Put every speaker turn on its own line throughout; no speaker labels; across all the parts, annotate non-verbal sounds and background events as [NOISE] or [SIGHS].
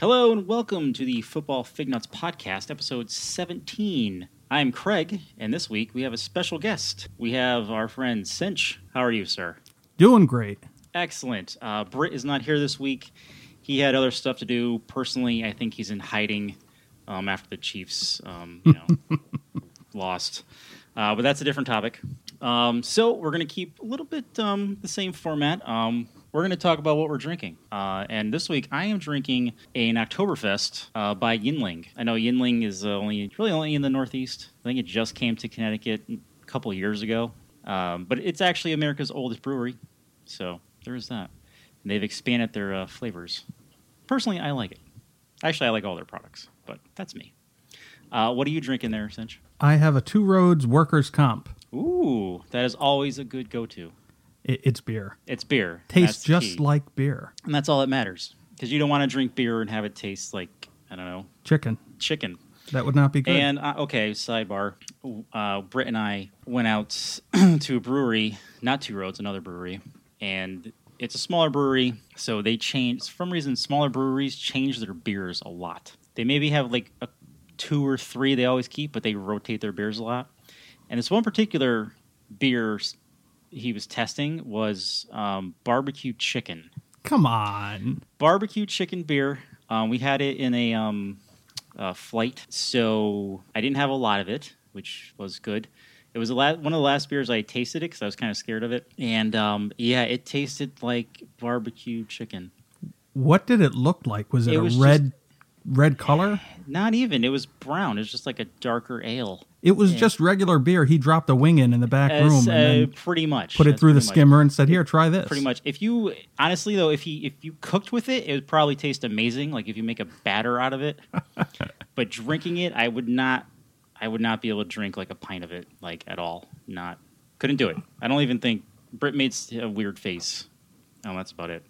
Hello and welcome to the Football Fig Nuts Podcast, episode 17. I'm Craig, and this week we have a special guest. We have our friend Cinch. How are you, sir?
Doing great.
Excellent. Uh, Britt is not here this week. He had other stuff to do. Personally, I think he's in hiding um, after the Chiefs, um, you know, lost. Uh, but that's a different topic. Um, so we're going to keep a little bit um, the same format. Um, we're going to talk about what we're drinking. Uh, and this week, I am drinking an Oktoberfest uh, by Yinling. I know Yinling is uh, only really only in the Northeast. I think it just came to Connecticut a couple years ago. Um, but it's actually America's oldest brewery. So there is that. And they've expanded their uh, flavors. Personally, I like it. Actually, I like all their products, but that's me. Uh, what are you drinking there, Cinch?
I have a Two Roads workers' comp.
Ooh, that is always a good go-to.
It, it's beer.
It's beer.
Tastes
That's
just
key.
like beer.
and that's all that matters because you don't want to drink beer and have it taste like I don't know
Chicken.
chicken.
That would not be good.
And uh, okay, sidebar. Uh, Britt and I went out [CLEARS THROAT] to a brewery, not Two Roads, another brewery, and it's a smaller brewery, so they change. For some reason, smaller breweries change their beers a lot. They maybe have like a two or three they always keep, but they rotate their beers a lot. And this one particular beer s- he was testing was um, barbecue chicken
Come on.
barbecue chicken beer. Um, we had it in a um, uh, flight, so I didn't have a lot of it, which was good. It was the la- one of the last beers I tasted it because I was kind of scared of it, and um, yeah, it tasted like barbecue chicken.
What did it look like? Was it,
It
a
was
red red color?
Not even it was brown. It was just like a darker ale.
It was
Yeah.
just regular beer. He dropped a wing in in the back room
As,
and
uh,
then
pretty much
put it
That's
through the
pretty much-
skimmer and said, "Here, try this."
Pretty much. If you honestly though, if he if you cooked with it, it would probably taste amazing. Like if you make a batter out of it. but drinking it, I would not. I would not be able to drink like a pint of it, like at all. Not couldn't do it. I don't even think Britt made s- a weird face. Oh, that's about it.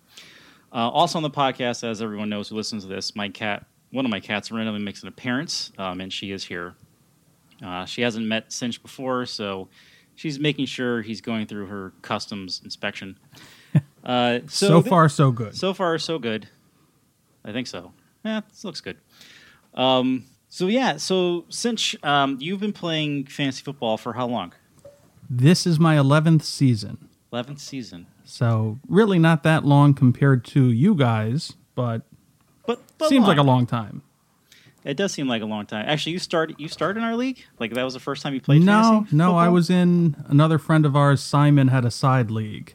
Uh, also on the podcast, as everyone knows who listens to this, my cat, one of my cats, randomly makes an appearance, um, and she is here. Uh, she hasn't met Cinch before, so she's making sure he's going through her customs
[LAUGHS]
inspection. Uh,
So,
so thi-
far, so good.
so far, so good. I think so. Yeah, this looks good. Um, so yeah, so since um, you've been playing fantasy football for how long?
this is my eleventh season,
Eleventh season.
so really not that long compared to you guys, but,
But, but
seems like a long time.
It does seem like a long time. Actually, you started. You started in our league. Like that was the first time you played.
No,
fantasy
no, I
football?
was in another friend of ours. Simon had a side league.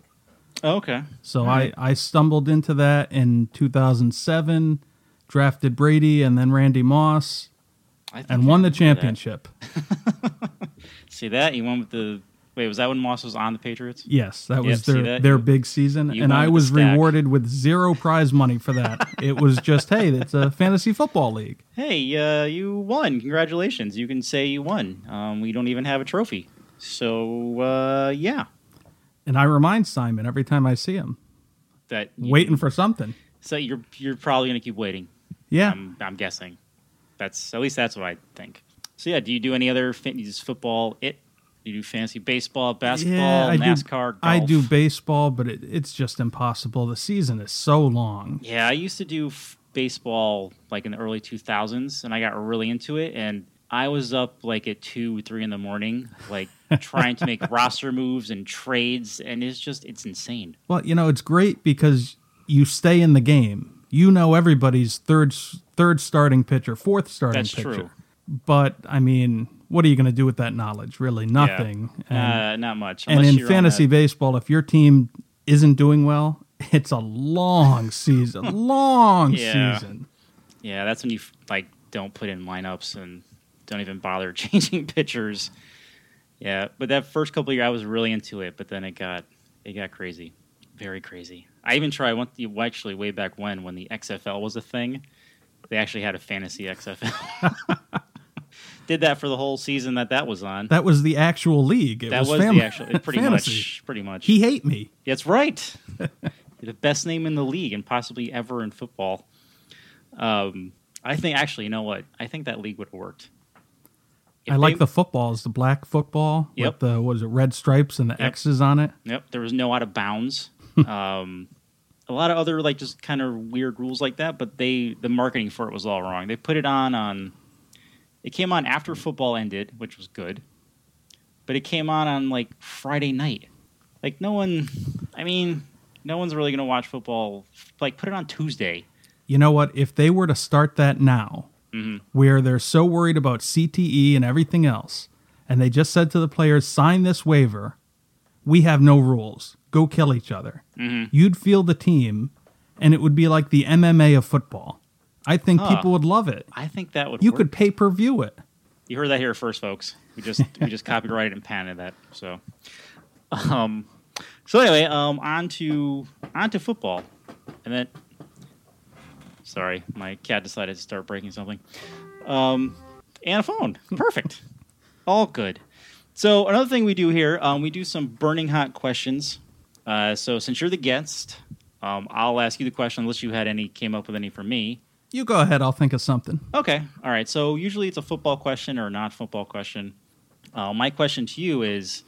Oh, okay.
So
All right.
I, I stumbled into that in 2007, drafted Brady and then Randy Moss,
I think
and
I
won
remember
the
that.
championship.
See that you won with the. Wait, was that when Moss was on the Patriots?
Yes, that
Yep,
was
see
their,
that?
their
You-
big season.
you
And
won
I
with the
was
stack.
rewarded with zero prize money
[LAUGHS]
for that. it was just, hey, it's a fantasy football league.
Hey, uh, you won! Congratulations. You can say you won. Um, we don't even have a trophy. So uh, yeah,
And I remind Simon every time I see him,
that
waiting for something.
So you're you're probably gonna keep waiting.
Yeah.
I'm, I'm guessing. That's at least that's what I think. So yeah, do you do any other fan- you just football? It you do fancy baseball, basketball,
yeah, I
NASCAR.
Do, I
golf?
do baseball, but it, it's just impossible. The season is so long.
Yeah, I used to do f- baseball like in the early 2000s, and I got really into it. And I was up like at two, three in the morning,
[LAUGHS]
like trying to make roster moves and trades, and it's just it's insane.
Well, you know, it's great because you stay in the game. You know everybody's third third starting pitcher, fourth starting
That's
pitcher.
true.
But I mean, what are you going to do with that knowledge? Really, nothing. And,
uh, not much.
Hmm. and
unless
in
you're on
fantasy
a-
baseball, if your team isn't doing well, it's a
[LAUGHS]
long season. long
Yeah.
season.
Yeah, that's when you like don't put in lineups and don't even bother [LAUGHS] changing pitchers. Yeah, but that first couple of years I was really into it, but then it got it got crazy, very crazy. I even tried one the well, actually way back when when the XFL was a thing. They actually had a fantasy XFL.
[LAUGHS]
Did that for the whole season that that was on.
That was the actual league. It
that
was,
was,
fam-
the actual it pretty
fantasy.
much pretty much.
He hate me.
That's right. [LAUGHS] the best name in the league and possibly ever in football. Um, I think actually, you know what? I think that league would have worked. if
I
[LAUGHS]
like
they-
the footballs, the black football
Yep.
with the what is it, red stripes and the X's on it.
Yep, there was no out of bounds. um, a lot of other like just kind of weird rules like that, but they the marketing for it was all wrong. They put it on on it came on after football ended, which was good, but it came on on like Friday night. Like no one, I mean, no one's really gonna watch football. Like put it on Tuesday.
You know what? If they were to start that now,
Mhm.
where they're so worried about CTE and everything else, and they just said to the players, sign this waiver, we have no rules, go kill each other. You'd feel the team, and it would be like the MMA of football. I think
Huh.
people would love it.
I think that would
You
work.
could pay per view it.
You heard that here first, folks. We just we
[LAUGHS]
just copyrighted and patented that. So, um, so anyway, um, on to on to football, and then. Sorry, my cat decided to start breaking something. Um, and a phone.
[LAUGHS]
Perfect. All good. So another thing we do here, um, we do some burning hot questions. Uh, so since you're the guest, um, I'll ask you the question unless you had any came up with any for me.
You go ahead, I'll think of something.
Okay. All right. So usually it's a football question or a non football question. Uh, my question to you is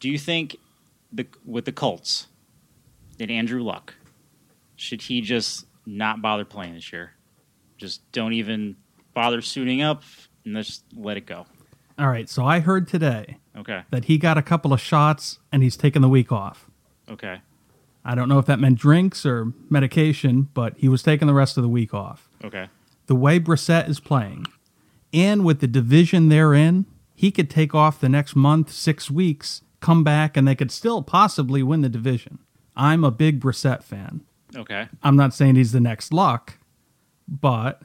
Do you think the with the Colts that Andrew Luck, should he just not bother playing this year? Just don't even bother suiting up and just let it go.
All right, so I heard today
Okay.
that he got a couple of shots and he's taking the week off.
Okay.
I don't know if that meant drinks or medication, but he was taking the rest of the week off.
Okay.
The way Brissett is playing, and with the division they're in, he could take off the next month, six weeks, come back, and they could still possibly win the division. I'm a big Brissett fan.
Okay.
I'm not saying he's the next luck, but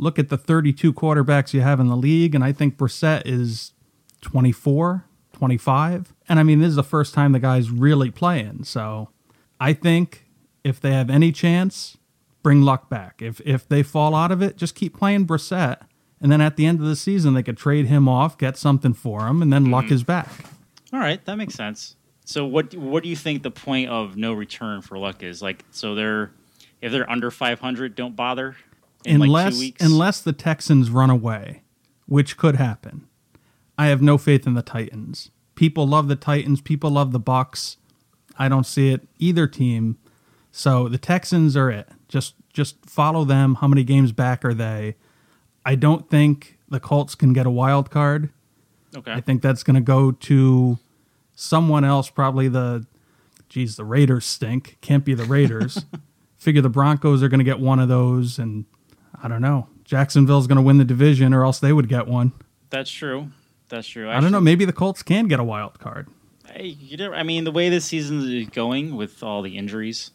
look at the 32 quarterbacks you have in the league, and I think Brissett is 24, 25. And I mean, this is the first time the guy's really playing. So I think if they have any chance, bring luck back. If if they fall out of it, just keep playing Brissett. And then at the end of the season, they could trade him off, get something for him, and then luck is back.
All right, that makes sense. So what what do you think the point of no return for luck is? Like so they're if they're under 500, don't bother in
unless
like 2 weeks.
unless the Texans run away, which could happen. I have no faith in the Titans. People love the Titans. People love the Bucks. I don't see it either team. So the Texans are it. Just just follow them. How many games back are they? I don't think the Colts can get a wild card.
okay.
I think that's going to go to someone else. Probably the, geez, the Raiders stink. Can't be the Raiders. Figure the Broncos are going to get one of those, and I don't know. Jacksonville's going to win the division, or else they would get one.
That's true. That's true.
I don't know. Maybe the Colts can get a wild card.
Actually, I, you never- I mean, the way this season is going with all the injuries,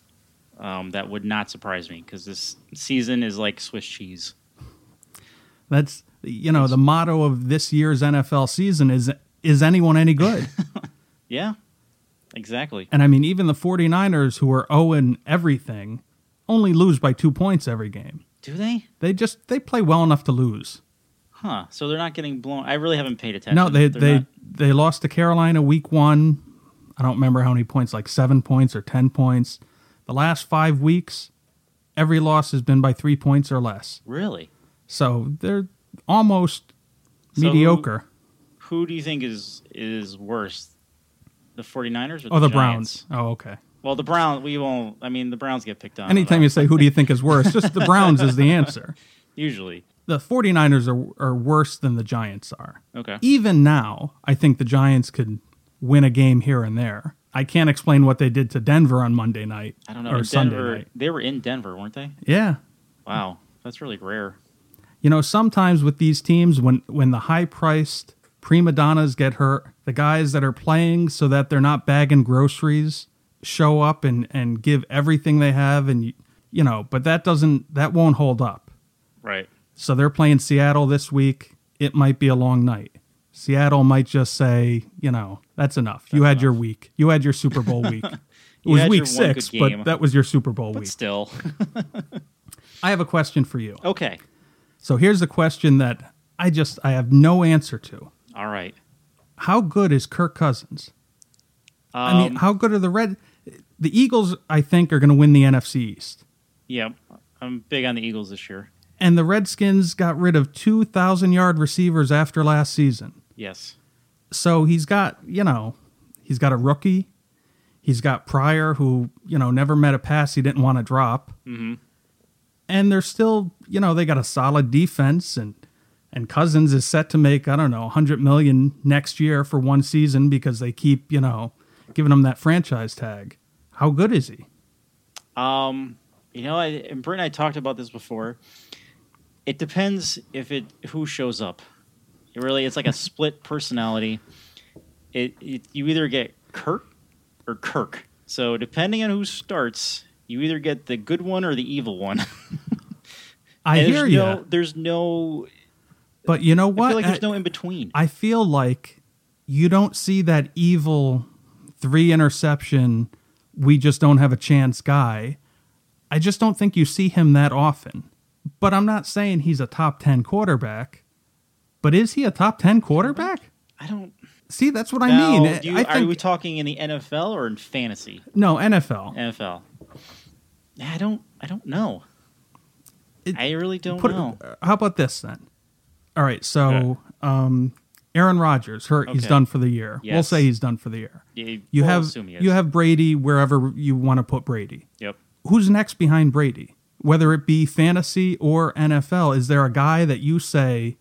um, that would not surprise me because this season is like Swiss cheese.
That's you know the motto of this year's NFL season is is anyone any good?
Yeah, exactly.
and I mean even the 49ers who are 0 and everything only lose by 2 points every game.
Do they?
They just they play well enough to lose.
Huh. So they're not getting blown. I really haven't paid attention.
No, they
They're
they
not-
they lost to Carolina week one. I don't remember how many points, like seven points or ten points. The last five weeks, every loss has been by three points or less.
really.
So they're almost
So-
mediocre.
Who do you think is is worse? The 49ers or the
Oh, the
Giants?
Browns. Oh, okay.
Well, the Browns, we won't. I mean, the Browns get picked on.
Anytime you say who do you think is worse, just the Browns is the
[LAUGHS]
answer.
Usually.
The 49ers are, are worse than the Giants are.
Okay.
Even now, I think the Giants could win a game here and there. I can't explain what they did to Denver on Monday night
I don't know.
or
In
Sunday
Denver,
night.
they were in Denver, weren't they?
Yeah.
Wow. That's really rare.
You know, sometimes with these teams, when when the high priced prima donnas get hurt, the guys that are playing so that they're not bagging groceries show up and and give everything they have, and you- you know, but that doesn't that won't hold up.
Right.
So they're playing Seattle this week. It might be a long night. Seattle might just say, you know, that's enough. you had your week. You had your Super
[LAUGHS]
Bowl week. It
You
was
had
week
your one good
six,
game.
but that was your Super Bowl
But
week.
still. [LAUGHS]
I have a question for you.
okay.
So here's the question that I just I have no answer to.
All right.
How good is Kirk Cousins?
Um,
I mean, how good are the Red the Eagles I think are going to win the NFC East.
yeah, I'm big on the Eagles this year.
And the Redskins got rid of 2,000 yard receivers after last season.
Yes.
So he's got, you know, he's got a rookie. He's got Pryor, who, you know, never met a pass he didn't want to drop.
Mm-hmm.
And they're still, you know, they got a solid defense and and Cousins is set to make, I don't know, 100 million next year for one season because they keep, you know, giving him that franchise tag. How good is he?
Um, you know, I, and Brent and I talked about this before. It depends if it who shows up. It really, it's like a split personality. It, it you either get Kirk or Kirk. So depending on who starts, you either get the good one or the evil one.
I
And [LAUGHS]
hear
there's
you.
No, there's no.
but you know
I
what?
feel like
I-
there's no in between.
I feel like you don't see that evil three interception, we just don't have a chance guy. I just don't think you see him that often. But I'm not saying he's a top 10 quarterback. But is he a top 10 quarterback?
I don't.
See, that's what I
Now,
mean.
do you-
I
are
think
we talking in the NFL or in fantasy?
no NFL.
NFL. I don't. I don't know.
It-
I really don't
Put-
know.
How about this then? All right, so um, Aaron Rodgers hurt. He's
Okay.
done for the year. We'll
Yes.
say he's done for the year.
You,
You
we'll
have
assume he is.
you have Brady wherever you want to put Brady.
Yep.
who's next behind Brady? Whether it be fantasy or NFL, is there a guy that you say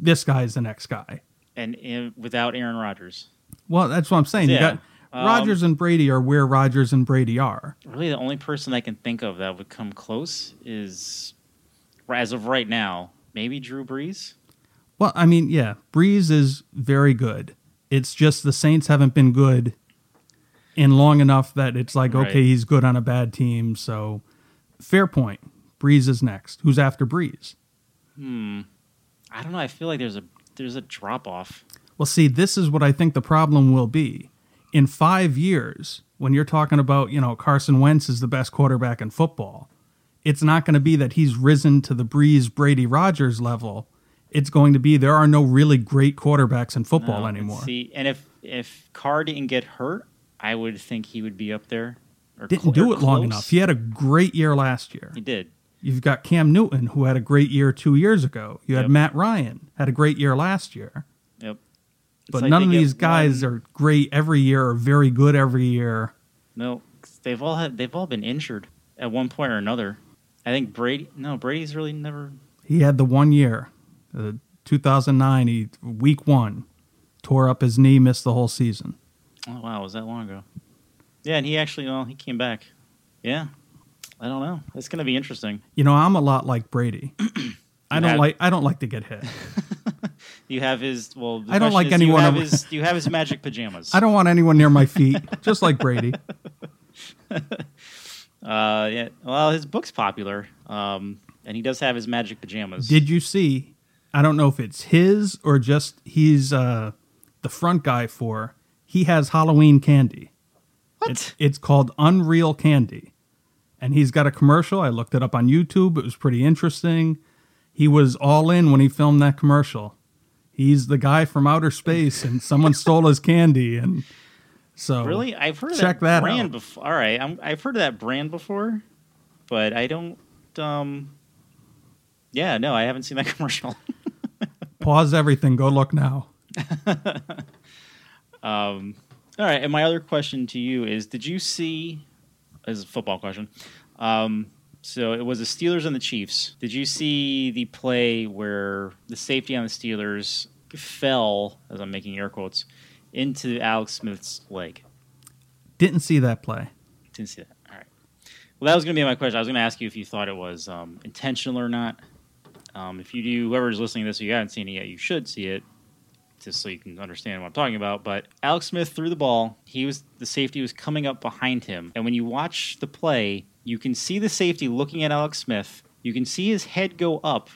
this guy is the next guy?
And, and without Aaron Rodgers,
Well, that's what I'm saying. You
Yeah.
got
Um,
Rodgers and Brady are where Rodgers and Brady are.
really the only person I can think of that would come close is, as of right now, maybe Drew Brees.
Well, I mean, yeah, Breeze is very good. It's just the Saints haven't been good in long enough that it's like,
Right.
okay, he's good on a bad team. So, fair point. Breeze is next. Who's after Breeze?
I don't know. I feel like there's a there's a drop off.
Well, see, this is what I think the problem will be. In five years, when you're talking about, you know, Carson Wentz is the best quarterback in football, it's not going to be that he's risen to the Breeze, Brady, Rogers level. It's going to be there are no really great quarterbacks in football
No,
anymore.
Um, See, and if if Carr didn't get hurt, I would think he would be up there. Or
Didn't
cl-
do
or
it long
close.
enough. He had a great year last year.
He did.
You've got Cam Newton, who had a great year two years ago. You had
Yep.
Matt Ryan, had a great year last year.
Yep. It's
But
like
none
they
of
get
these guys
one-
are great every year or very good every year.
No, 'cause they've all had they've all been injured at one point or another. I think Brady. No, Brady's really never.
He had the one year, uh, 2009. He week one tore up his knee, missed the whole season.
Oh wow, was that long ago? Yeah, and he actually, well, he came back. Yeah, I don't know. It's gonna be interesting.
You know, I'm a lot
[CLEARS THROAT]
like Brady. I don't
Yeah.
like I don't like to get hit.
Do you have his? Well, the
I
question
don't like
is, do you
anyone
have
over-
his- Do you have his magic pajamas?
[LAUGHS] I don't want anyone near my feet, just like Brady.
Uh, yeah. Well, his book's popular. Um, and he does have his magic pajamas.
Did you see? I don't know if it's his or just he's uh, the front guy for. He has Halloween candy.
what?
It's, it's called Unreal Candy. And he's got a commercial. I looked it up on YouTube. It was pretty interesting. He was all in when he filmed that commercial. He's the guy from outer space, and someone
[LAUGHS]
stole his candy. And so,
really? I've heard of
Check that
that, brand
out.
before. All right, I'm, I've heard of that brand before, but I don't. Um, yeah, no, I haven't seen that [LAUGHS] commercial.
pause everything. Go look now.
Um, all right, and my other question to you is: Did you see? This is a football question. Um, so it was the Steelers and the Chiefs. Did you see the play where the safety on the Steelers fell, as I'm making air quotes, into Alex Smith's leg?
Didn't see that play.
Didn't see that. All right. Well, that was going to be my question. I was going to ask you if you thought it was um, intentional or not. Um, if you do, whoever's listening to this, if you haven't seen it yet, you should see it just so you can understand what I'm talking about. But Alex Smith threw the ball. He was the safety was coming up behind him, and when you watch the play, you can see the safety looking at Alex Smith. You can see his head go up,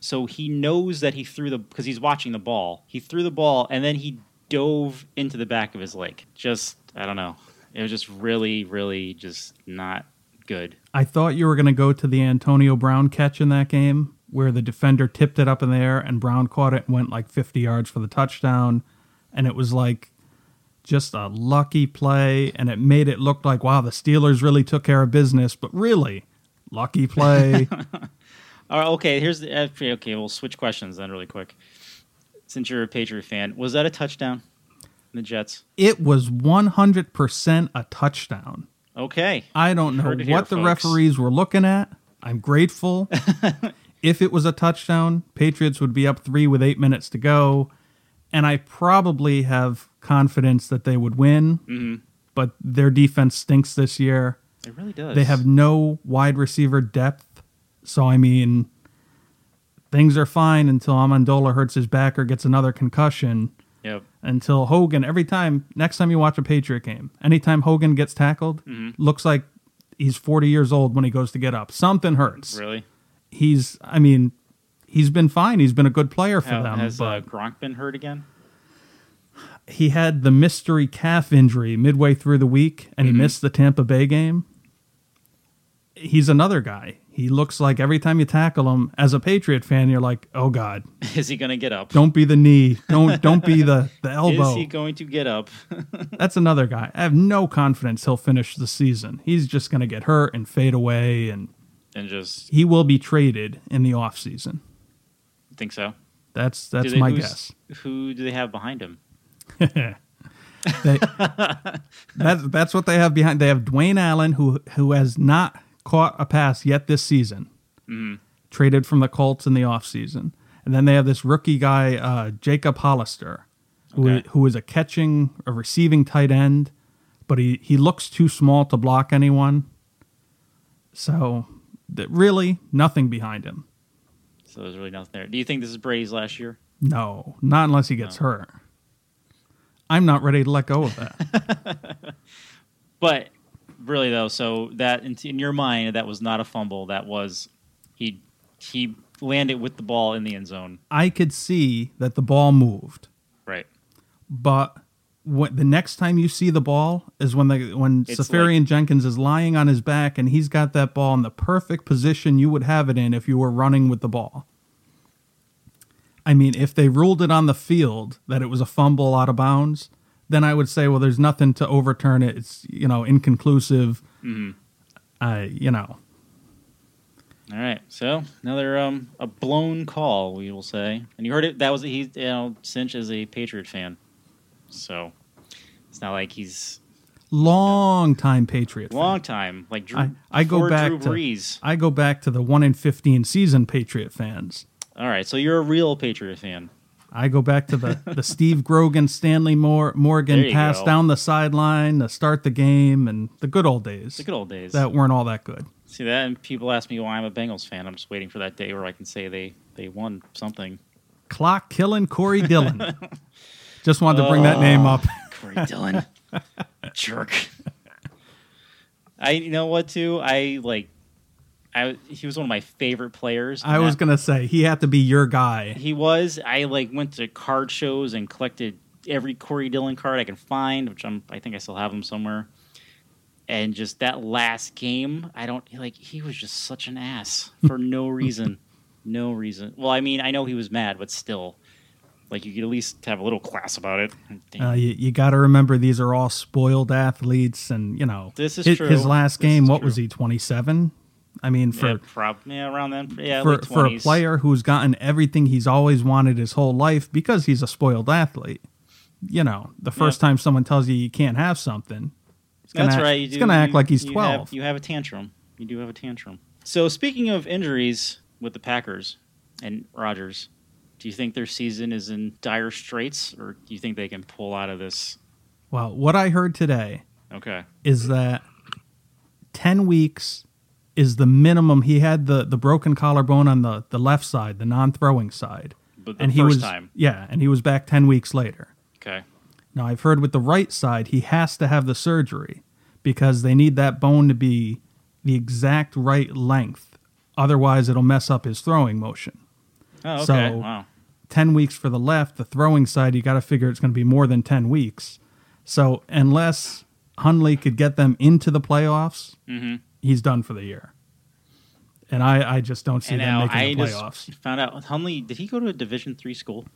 so he knows that he threw the because he's watching the ball. He threw the ball, and then he dove into the back of his leg. Just I don't know. It was just really, really just not good.
I thought you were going to go to the Antonio Brown catch in that game where the defender tipped it up in the air and Brown caught it and went like 50 yards for the touchdown. And it was like just a lucky play. And it made it look like, wow, the Steelers really took care of business. But really, lucky play.
All right, okay, here's the okay, okay, we'll switch questions then really quick. Since you're a Patriot fan, was that a touchdown in the Jets?
It was 100% a touchdown.
Okay.
I don't know
Heard it
what the
here, folks.
referees were looking at. I'm grateful. if it was a touchdown, Patriots would be up three with eight minutes to go. And I probably have confidence that they would win. But their defense stinks this year.
It really does.
They have no wide receiver depth. So, I mean, things are fine until Amandola hurts his back or gets another concussion
Yep.
until Hogan. Every time, next time you watch a Patriot game, anytime Hogan gets tackled,
Mm-hmm.
looks like he's 40 years old when he goes to get up. Something hurts.
Really?
He's, I mean, he's been fine. He's been a good player for
How-
them,
has
but
uh, Gronk been hurt again? [LAUGHS]
he had the mystery calf injury midway through the week, and
Mm-hmm.
he missed the Tampa Bay game. He's another guy. He looks like every time you tackle him as a Patriot fan, you're like, oh God,
Is he going to get up?
don't be the knee. Don't don't be the, the
[LAUGHS]
elbow.
Is he going to get up? [LAUGHS]
That's another guy. I have no confidence he'll finish the season. He's just going to get hurt and fade away, and
and just
he will be traded in the offseason.
think so.
That's
Do
that's
they-
my
who's-
guess.
Who do they have behind him?
They- [LAUGHS] that, that's what they have behind. They have Dwayne Allen, who who has not caught a pass yet this season, traded from the Colts in the offseason. And then they have this rookie guy, uh, Jacob Hollister, who,
Okay.
who is a catching, a receiving tight end, but he, he looks too small to block anyone. So, th- really, nothing behind him.
So there's really nothing there. Do you think this is Brady's last year?
No, not unless he gets hurt. I'm not ready to let go of that.
But really though, so that in, in your mind that was not a fumble. That was he he landed with the ball in the end zone.
I could see that the ball moved,
Right.
but what, the next time you see the ball is when the when
It's
Safarian Jenkins is lying on his back and he's got that ball in the perfect position you would have it in if you were running with the ball. I mean, if they ruled it on the field that it was a fumble out of bounds, then I would say, well, there's nothing to overturn it. It's you know inconclusive.
Mm-hmm.
I you know
All right. So another um a blown call, we will say. And you heard it. That was he. You know, Cinch is a Patriot fan, so it's not like he's
long time Patriot. fan.
long time like Drew.
I, I go
before
back
Drew
to
Brees.
I go back to the one in fifteen season Patriot fans.
All right. So you're a real Patriot fan.
I go back to the, the Steve Grogan, Stanley Moore,
There
Morgan
you
pass
go.
down the sideline to start the game and the good old days
The good old days.
that weren't all that good.
See that? And people ask me why I'm a Bengals fan. I'm just waiting for that day where I can say they they won something.
Clock killing Corey Dillon.
[LAUGHS]
Just wanted to bring that name up.
Oh. Corey
[LAUGHS]
Dillon, jerk. I you know what too? I like. I he was one of my favorite players.
I was
gonna.
gonna say he had to be your guy.
He was. I like went to card shows and collected every Corey Dillon card I can find, which I'm. I think I still have them somewhere. And just that last game, I don't like. He was just such an ass for
[LAUGHS]
no reason, no reason. Well, I mean, I know he was mad, but still, like you could at least have a little class about it. Damn.
Uh, you you got to remember these are all spoiled athletes, and you know
This is
his,
true.
his last
This
game.
is
What was
true.
he? Twenty seven. I mean, for
yeah, prob- yeah, around then. Yeah,
for,
late
for a
20s.
player who's gotten everything he's always wanted his whole life because he's a spoiled athlete. You know, the first time someone tells you you can't have something, it's gonna
That's
act,
right. You
it's
do-
gonna act
you-
like he's
you have-
twelve.
you have a tantrum. You do have a tantrum. So speaking of injuries with the Packers and Rodgers, do you think their season is in dire straits, or do you think they can pull out of this?
well, what I heard today
Okay.
is that ten weeks is the minimum. He had the the broken collarbone on the the left side, the non throwing side,
But the
and
first
he was
time.
yeah, and he was back ten weeks later.
Okay.
Now, I've heard with the right side, he has to have the surgery because they need that bone to be the exact right length. Otherwise, it'll mess up his throwing motion.
Oh, okay.
So-
wow.
10 weeks for the left, the throwing side, you got to figure it's going to be more than 10 weeks. So, unless Hunley could get them into the playoffs,
Mhm.
he's done for the year. And I, I just don't see
And
them
now
making
I
the playoffs.
just found out Hunley. Did he go to a Division three school?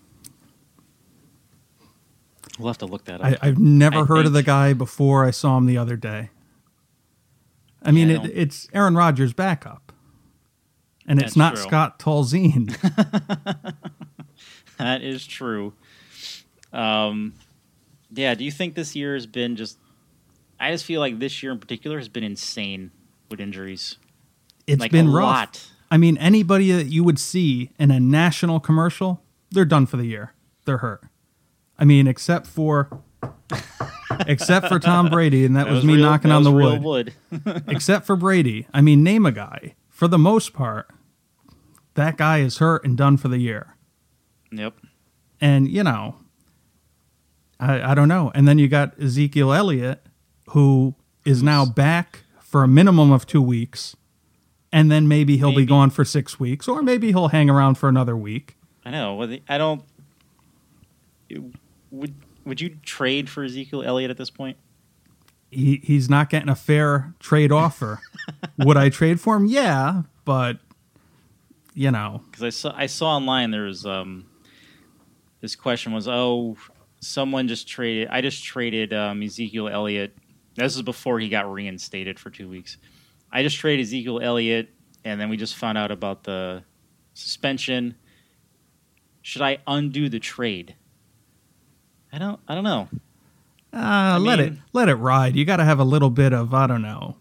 We'll have to look that
I,
up.
I've never
I
heard of the
think-
guy before I saw him the other day. I mean,
Yeah, I
it,
don't-
it's Aaron Rodgers' backup, and
That's
it's not
true.
Scott Tolzien.
[LAUGHS] That is true. Um, yeah. Do you think this year has been just? I just feel like this year in particular has been insane with injuries.
It's
like
been
a
rough.
lot.
I mean, anybody that you would see in a national commercial, they're done for the year. They're hurt. I mean,
[LAUGHS]
except for except for Tom Brady, and that, was,
was
me
real-
knocking
that
on the
was real
wood.
[LAUGHS]
except for Brady. I mean, name a guy. For the most part, that guy is hurt and done for the year.
yep.
And, you know, I, I don't know. And then you got Ezekiel Elliott, who is now back for a minimum of two weeks. And then maybe he'll
Maybe.
be gone for six weeks, or maybe he'll hang around for another week.
I know. Well, the- I don't. Would Would you trade for Ezekiel Elliott at this point?
He, he's not getting a fair trade
[LAUGHS]
offer. Would I trade for him? Yeah, but, you know,
because I saw I saw online there was um, this question was oh someone just traded I just traded um, Ezekiel Elliott. This is before he got reinstated for two weeks. I just traded Ezekiel Elliott, and then we just found out about the suspension. Should I undo the trade? I don't. I don't know.
Uh, let it
mean-
let it ride. You got to have a little bit of I don't know.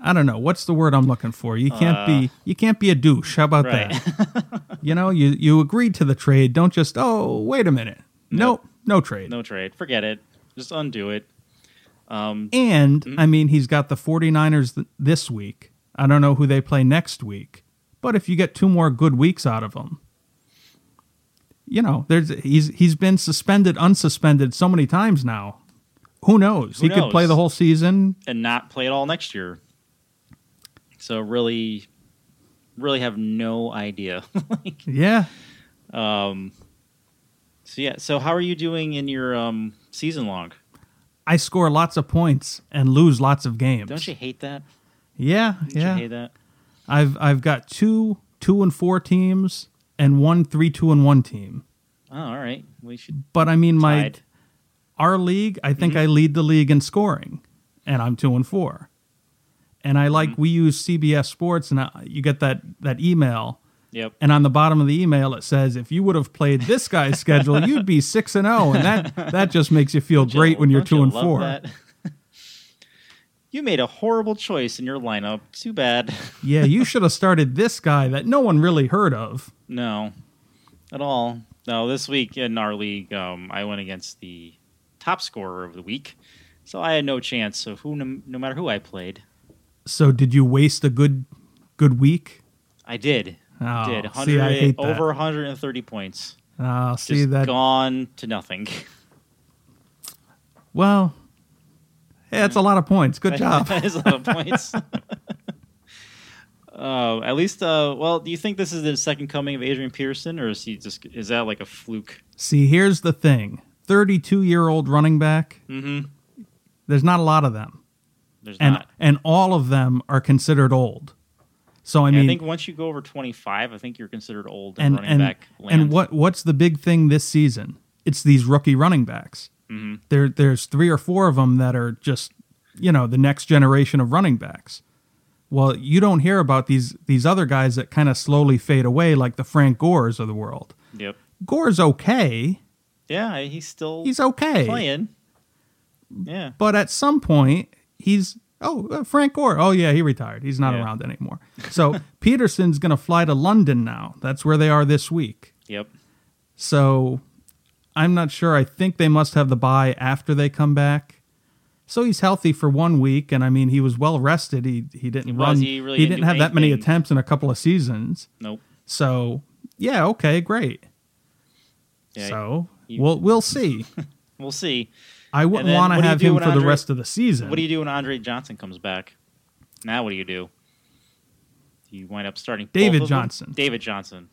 I don't know what's the word I'm looking for. You can't be you can't be a douche. How about
Uh, Right.
that? you know, you you agreed to the trade. Don't just oh wait a minute. Nope, no trade.
[LAUGHS] no trade. Forget it. Just undo it. Um,
And I mean, he's got the 49ers th- this week. I don't know who they play next week, but if you get two more good weeks out of him, you know, there's he's he's been suspended, unsuspended so many times now. Who knows?
Who
he could play
knows?
the whole season.
and not play at all next year. So really, really have no idea. [LAUGHS] like,
Yeah.
um, so yeah. So how are you doing in your um, season long?
I score lots of points and lose lots of games.
Don't you hate that?
Yeah,
Don't
yeah.
you hate that?
I've I've got two two and four teams and one three two and one team.
Oh, all right. We should
But I mean my
Tied. Mm-hmm.
our league, I think I lead the league in scoring and I'm two and four. And I
Mm-hmm.
like we use CBS Sports and I, you get that that email
Yep.
and on the bottom of the email it says if you would have played this guy's schedule
[LAUGHS]
you'd be 6 and 0 and that that just makes you feel
Don't
great when you're
don't
2
you
and
love
4.
that? [LAUGHS] you made a horrible choice in your lineup. Too bad. [LAUGHS]
yeah, you should have started this guy that no one really heard of.
No, at all. No, this week in our league, um, I went against the top scorer of the week, so I had no chance. So who, no, no matter who I played,
So did you waste a good good week?
I did.
Oh,
did
see, I
100
hate that.
over 130 points,
Uh, see
just
that?
gone to nothing.
Well, yeah, it's a lot of points. [LAUGHS] Good
[LAUGHS]
job.
that is a lot of points. [LAUGHS] Uh, at least, uh, well, do you think this is the second coming of Adrian Peterson, or is he just is that like a fluke?
see, here's the thing: thirty-two-year-old running back.
Mm-hmm.
There's not a lot of them,
There's
and
not.
and all of them are considered old. So I
I,
mean,
think once you go over 25, I think you're considered old in
and
running
and
back land.
and what what's the big thing this season? It's these rookie running backs.
Mhm.
There there's three or four of them that are just you know the next generation of running backs. Well, you don't hear about these these other guys that kind of slowly fade away, like the Frank Gores of the world.
Yep.
Gore's okay,
Yeah, he's still
he's okay,
playing. Yeah.
but at some point he's oh uh, Frank Gore. Oh yeah, he retired. He's not
Yeah.
around anymore. So [LAUGHS] Peterson's gonna fly to London now. That's where they are this week.
Yep.
So I'm not sure. I think they must have the bye after they come back. So he's healthy for one week, and I mean he was well rested. He he didn't
He was.
run.
He really didn't
didn't
do
have that many
anything.
attempts in a couple of seasons.
Nope.
So yeah, okay, great.
Yeah.
so
you-
we'll
[LAUGHS]
we'll see.
We'll see.
I
And
wouldn't
then
want
what
to
do you
have
do
him
when
for the
Andre-
rest of the season.
What do you do when Andre Johnson comes back? Now what do you do? Do you wind up starting both
David
of them?
Johnson.
David Johnson.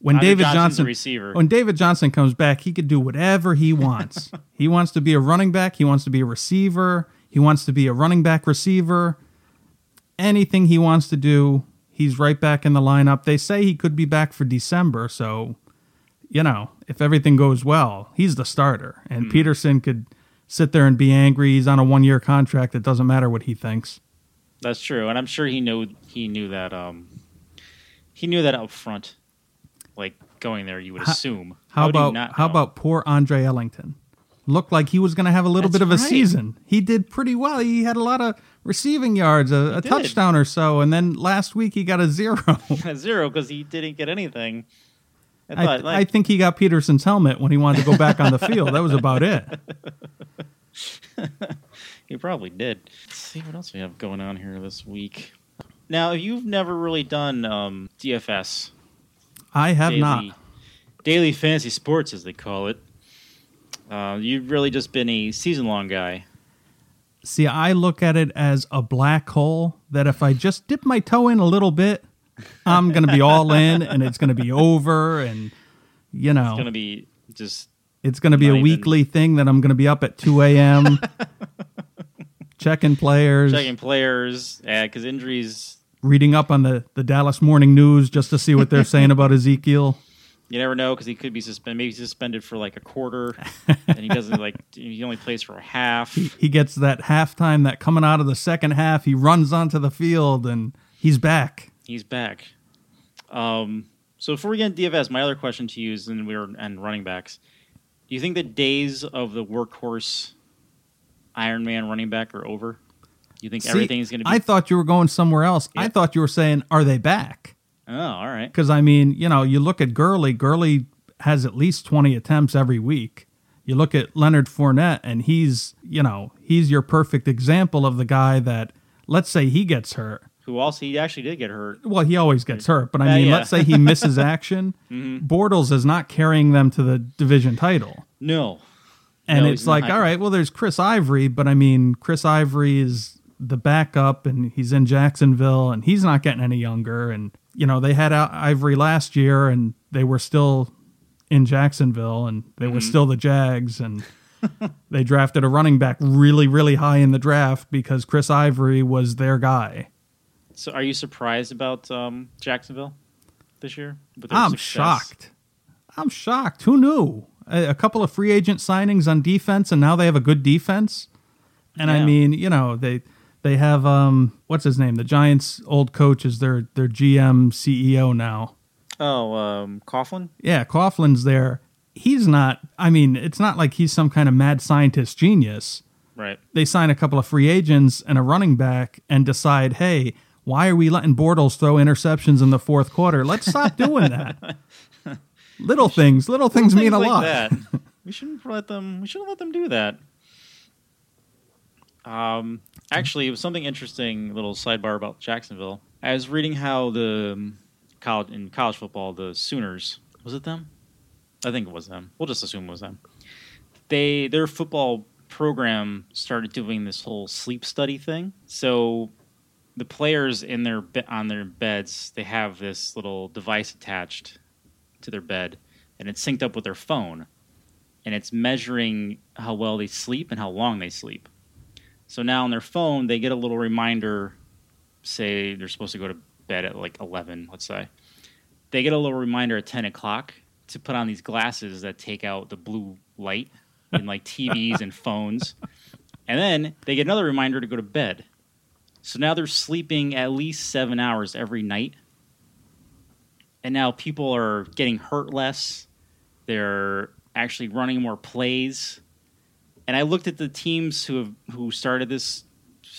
when
Andre
David
Johnson's
Johnson Oh,
a receiver.
when David Johnson comes back, he could do whatever he wants. he wants to be a running back. He wants to be a receiver. He wants to be a running back receiver. Anything he wants to do, he's right back in the lineup. They say he could be back for December, so you know, if everything goes well, he's the starter. And Peterson could sit there and be angry. He's on a one-year contract. It doesn't matter what he thinks.
That's true, and I'm sure he knew he knew that um, He knew that up front. Like going there, you would assume.
How,
would you
about
not
how
know?
about poor Andre Ellington? Looked like he was going to have a little
That's
bit of a
right.
season. He did pretty well. He had a lot of receiving yards, a, a
did.
touchdown or so, and then last week he got a zero.
[LAUGHS] at zero because he didn't get anything? [LAUGHS] I
[LAUGHS] I,
thought,
th- I
like,
think he got Peterson's helmet when he wanted to go back
[LAUGHS]
on the field. That was about it.
he probably did. Let's see what else we have going on here this week. Now, if you've never really done um, DFS,
I have
daily,
not.
daily fantasy sports, as they call it, uh, you've really just been a season long guy.
See, I look at it as a black hole that if I just dip my toe in a little bit, I'm going to be all in and it's going to be over. And, you know,
It's gonna be just
it's going to be a
not even-
weekly thing that I'm going to be up at
[LAUGHS]
2 a.m. checking players,
checking players because injuries.
reading up on the, the Dallas Morning News just to see what they're saying about Ezekiel.
You never know because he could be suspended. Maybe he's suspended for like a
[LAUGHS]
quarter, and he doesn't like. He only plays for a half.
He gets that halftime, that coming out of the second half, he runs onto the field and he's back.
He's back. Um, so before we get into DFS, my other question to you is, and we were and running backs. Do you think the days of the workhorse Iron Man running back are over? You think
See,
everything is going to be?
I thought you were going somewhere else. I
Yeah.
thought you were saying, are they back?
oh, all right.
Because I mean, you know, you look at Gurley. Gurley has at least twenty attempts every week. You look at Leonard Fournette, and he's you know he's your perfect example of the guy that let's say he gets hurt.
Who also he actually did get hurt.
Well, he always gets hurt, but I
Uh,
mean,
yeah. Mm-hmm.
let's say he
[LAUGHS]
misses action. Bortles is not carrying them to the division title.
No,
And
No,
it's
he's
like,
not.
all right, well, there's Chris Ivory, but I mean, Chris Ivory is the backup, and he's in Jacksonville, and he's not getting any younger. And you know, they had out Ivory last year, and they were still in Jacksonville, and they were
Mm-hmm.
still the Jags, and they drafted a running back really, really high in the draft because Chris Ivory was their guy.
So, are you surprised about um, Jacksonville this year? With their
I'm
success?
shocked. I'm shocked. Who knew? A, a couple of free agent signings on defense, and now they have a good defense. And I
Yeah.
mean, you know, they they have um, what's his name? The Giants' old coach is their their GM CEO E now.
Oh, um, Coughlin.
Yeah, Coughlin's there. He's not. I mean, it's not like he's some kind of mad scientist genius.
Right.
They sign a couple of free agents and a running back, and decide, hey, why are we letting Bortles throw interceptions in the fourth quarter? Let's stop doing
[LAUGHS]
that. little things, little things mean
Things
a
like
lot.
That.
[LAUGHS]
We shouldn't let them. We shouldn't let them do that. Um, actually, it was something interesting. Little sidebar about Jacksonville. I was reading how the um, college in college football, the Sooners was it them? I think it was them. We'll just assume it was them. They their football program started doing this whole sleep study thing. So the players in their be- on their beds, they have this little device attached to their bed, and it's synced up with their phone, and it's measuring how well they sleep and how long they sleep. So now on their phone, they get a little reminder. Say they're supposed to go to bed at like eleven, let's say. They get a little reminder at ten o'clock to put on these glasses that take out the blue light in like TVs and phones, and then they get another reminder to go to bed. So now they're sleeping at least seven hours every night. And now people are getting hurt less. They're actually running more plays. And I looked at the teams who have who started this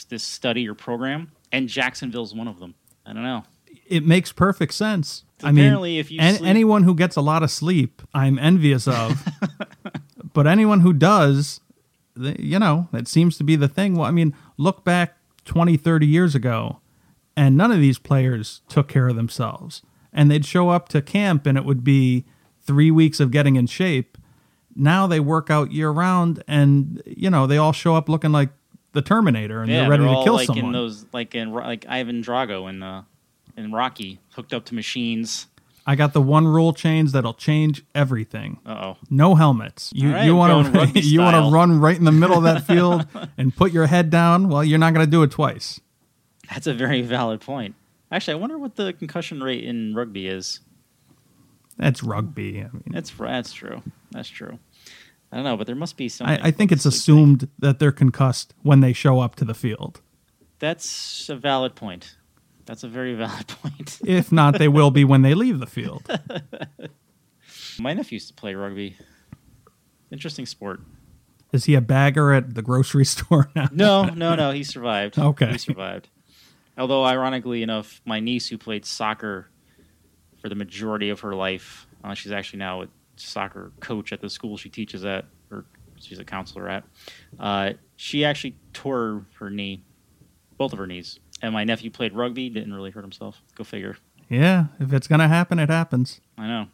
this study or program, and Jacksonville's one of them. I don't know.
It makes perfect sense.
So
I mean,
apparently if you
an-
sleep-
anyone who gets a lot of sleep, I'm
[LAUGHS]
envious of. but anyone who does, th- you know, that seems to be the thing. Well, I mean, look back 20, 30 years ago, and none of these players took care of themselves. And they'd show up to camp, and it would be three weeks of getting in shape. Now they work out year round, and you know they all show up looking like the Terminator, and
yeah,
they're ready
they're
to
all
kill
like
someone.
in those like in Ro- like Ivan Drago in uh, in Rocky, hooked up to machines.
I got the one rule change that'll change everything.
Uh oh.
No helmets. You
All right,
you want
going
[LAUGHS] to
rugby
you want to
style.
run right in the middle
[LAUGHS]
of that field and put your head down. Well, you're not going to do it twice.
That's a very [LAUGHS] valid point. Actually, I wonder what the concussion rate in rugby is.
That's rugby. I mean,
That's that's true. That's true. I don't know, but there must be some.
I, I think it's assumed that they're concussed when they show up to the field.
that's a valid point. That's a very [LAUGHS] valid point.
If not, they will be when they leave the field.
[LAUGHS] My nephew used to play rugby. Interesting sport.
Is he a bagger at the grocery [LAUGHS] store now?
No, no, no. He survived.
Okay.
He survived. Although, ironically enough, my niece, who played soccer for the majority of her life, uh, she's actually now a soccer coach at the school she teaches at, or she's a counselor at. Uh, she actually tore her knee, both of her knees. And my nephew played rugby, didn't really hurt himself. Go figure.
Yeah, if it's going to happen, it happens.
I know.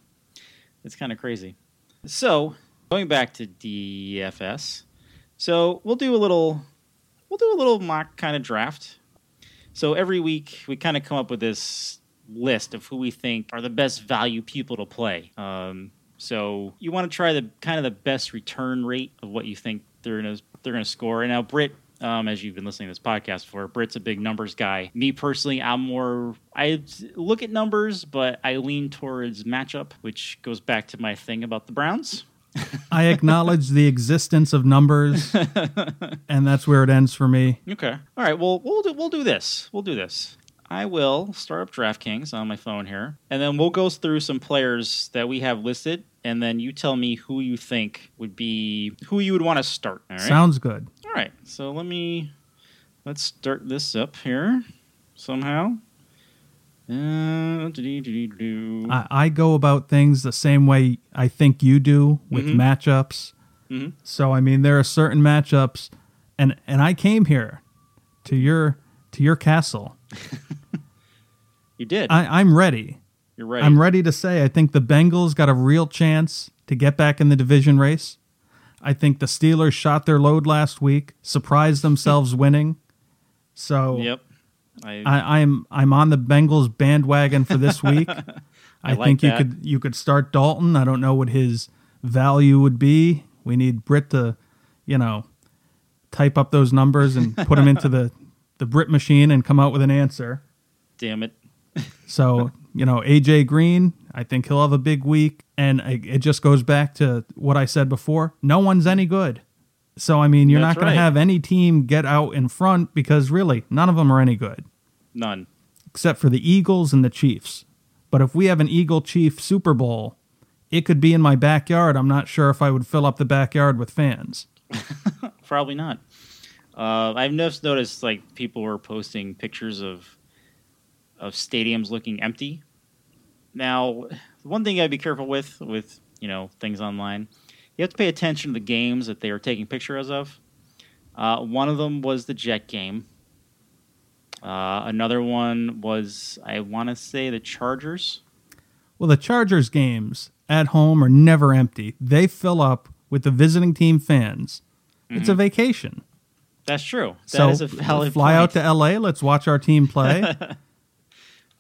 It's kind of crazy. So, going back to DFS. So, we'll do a little we'll do a little mock kind of draft. So, every week we kind of come up with this list of who we think are the best value people to play. Um, so, you want to try the kind of the best return rate of what you think they're going to they're going to score. And now Britt um, as you've been listening to this podcast before, Britt's a big numbers guy. Me personally, I'm more, I look at numbers, but I lean towards matchup, which goes back to my thing about the Browns.
I acknowledge the existence
[LAUGHS]
of numbers, and that's where it ends for me.
Okay. All right. Well, we'll do, we'll do this. We'll do this. I will start up DraftKings on my phone here, and then we'll go through some players that we have listed, and then you tell me who you think would be who you would want to start. All right.
Sounds good.
All right, so let me let's start this up here somehow. Uh, do-do-do-do-do.
Mm-hmm. I, I go about things the same way I think you do with
Mhm.
matchups.
Mhm.
So I mean, there are certain matchups, and and I came here to your to your castle.
you did.
I, I'm ready.
You're right.
I'm ready to say I think the Bengals got a real chance to get back in the division race. I think the Steelers shot their load last week, surprised themselves winning. So
Yep. I,
I, I'm I'm on the Bengals bandwagon for this
[LAUGHS]
week. I,
like
think you
that.
could you could start Dalton. I don't know what his value would be. We need Britt to, you know, type up those numbers and put them
[LAUGHS]
into the the Brit machine and come out with an answer.
damn it.
So, you know, AJ Green, I think he'll have a big week. And I, it just goes back to what I said before no one's any good. So, I mean, you're
That's
not going
right.
to have any team get out in front because really, none of them are any good
None.
except for the Eagles and the Chiefs. But if we have an Eagle Chief Super Bowl, it could be in my backyard. I'm not sure if I would fill up the backyard with fans.
Probably not. Uh, I've just noticed like people were posting pictures of of stadiums looking empty. Now, one thing I'd be careful with with you know things online, you have to pay attention to the games that they are taking pictures of. Uh, one of them was the Jet game. Uh, another one was I want to say the Chargers.
Well, the Chargers games at home are never empty. They fill up with the visiting team fans. It's a vacation.
That's true. Mm-hmm. That
so
is a valid
fly
point.
out to LA. Let's watch our
[LAUGHS]
team play.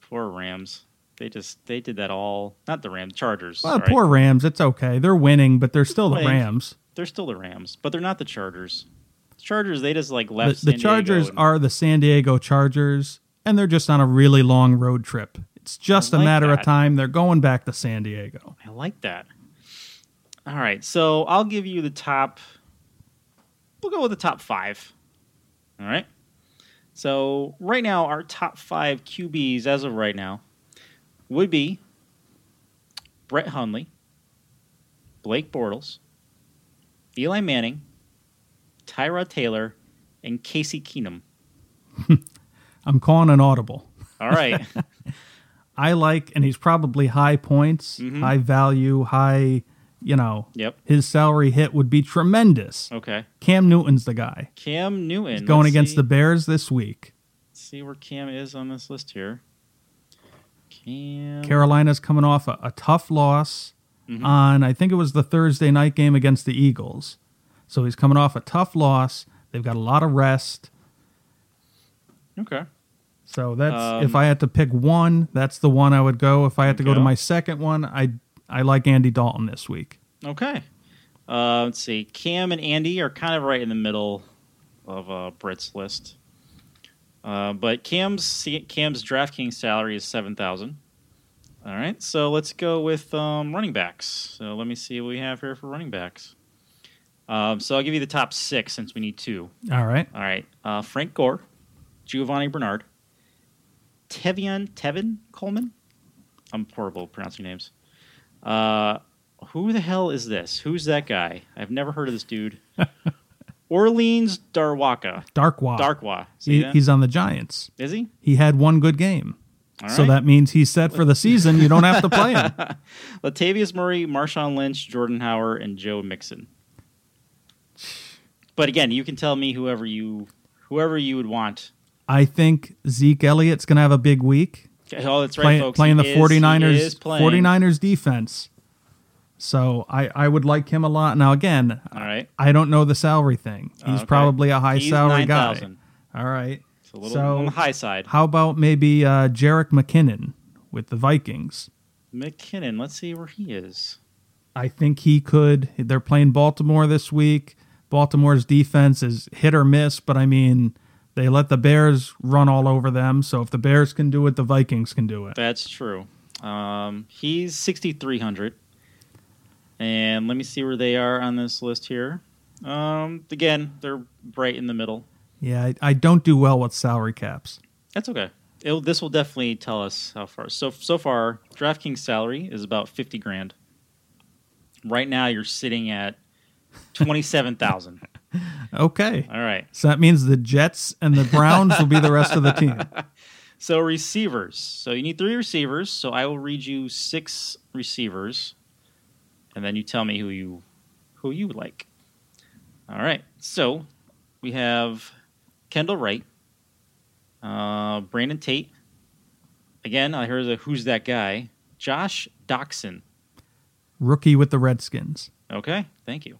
poor Rams. They just they did that all. Not the Rams, Chargers.
well,
sorry.
poor Rams. It's okay. They're winning, but they're still the
Like,
Rams.
they're still the Rams, but they're not the Chargers. The Chargers, they just like
The,
left.
the
San Diego
Chargers
and-
are the San Diego Chargers, and they're just on a really long road trip. It's just
I
a
like
matter
that.
of time. They're going back to San Diego.
I like that. All right, so I'll give you the top. We'll go with the top five. All right. So right now, our top five QBs as of right now would be Brett Hundley, Blake Bortles, Eli Manning, Tyrod Taylor, and Casey Keenum.
I'm calling an audible.
All
[LAUGHS]
right.
I like, and he's probably high points,
Mhm.
high value, high. You know,
yep.
his salary hit would be tremendous.
Okay.
Cam Newton's the guy
Cam Newton
going
Let's
against
see.
the Bears this week.
see where Cam is on this list here. Cam.
Carolina's coming off a, a tough loss
Mhm.
on, I think it was the Thursday night game against the Eagles. So he's coming off a tough loss. They've got a lot of rest.
Okay.
So that's
Um,
if I had to pick one, that's the one I would go. If I had to go
Okay.
to my second one, I I like Andy Dalton this week.
Okay. Uh, let's see. Cam and Andy are kind of right in the middle of uh, Britt's list. Uh, but Cam's Cam's DraftKings salary is seven thousand. All right, so let's go with um, running backs. So let me see what we have here for running backs. Um, so I'll give you the top six since we need two.
All right.
All right. Uh, Frank Gore, Giovanni Bernard, Tevian Tevin Coleman. I'm horrible at pronouncing names. Uh, who the hell is this? Who's that guy? I've never heard of this
[LAUGHS]
dude. Orleans Darwaka.
Darkwa.
Darkwa. See
He-
that?
he's on the Giants.
is he?
He had one good game.
All
So
right.
that means he's set for the season. You don't have to play
[LAUGHS]
him.
Latavius Murray, Marshawn Lynch, Jordan Howard, and Joe Mixon. But again, you can tell me whoever you whoever you would want.
I think Zeke Elliott's going to have a big week
Oh, that's right,
play-
folks.
playing
He
the
is- he
49ers
is playing.
49ers defense. So I, I would like him a lot. Now, again,
All right.
I don't know the salary thing. He's
Okay.
probably a high
He's
salary guy.
9,000.
All right.
It's a little
So-
on the high side.
How about maybe uh, Jarek McKinnon with the Vikings?
McKinnon, let's see where he is.
I think he could. They're playing Baltimore this week. Baltimore's defense is hit or miss, but I mean, they let the Bears run all over them. So if the Bears can do it, the Vikings can do it.
That's true. Um, he's 6,300. And let me see where they are on this list here. Um, again, they're right in the middle.
Yeah, I, I don't do well with salary caps.
That's okay. It'll, this will definitely tell us how far. So so far, DraftKings salary is about fifty grand. Right now, you're sitting at twenty seven thousand.
Okay.
All right.
So that means the Jets and the Browns will be the rest of the team.
So receivers. So you need three receivers. So I will read you six receivers, and then you tell me who you who you like. All right. So we have Kendall Wright, uh, Brandon Tate. Again, I heard the who's that guy, Josh Doxson.
Rookie with the Redskins.
Okay, thank you.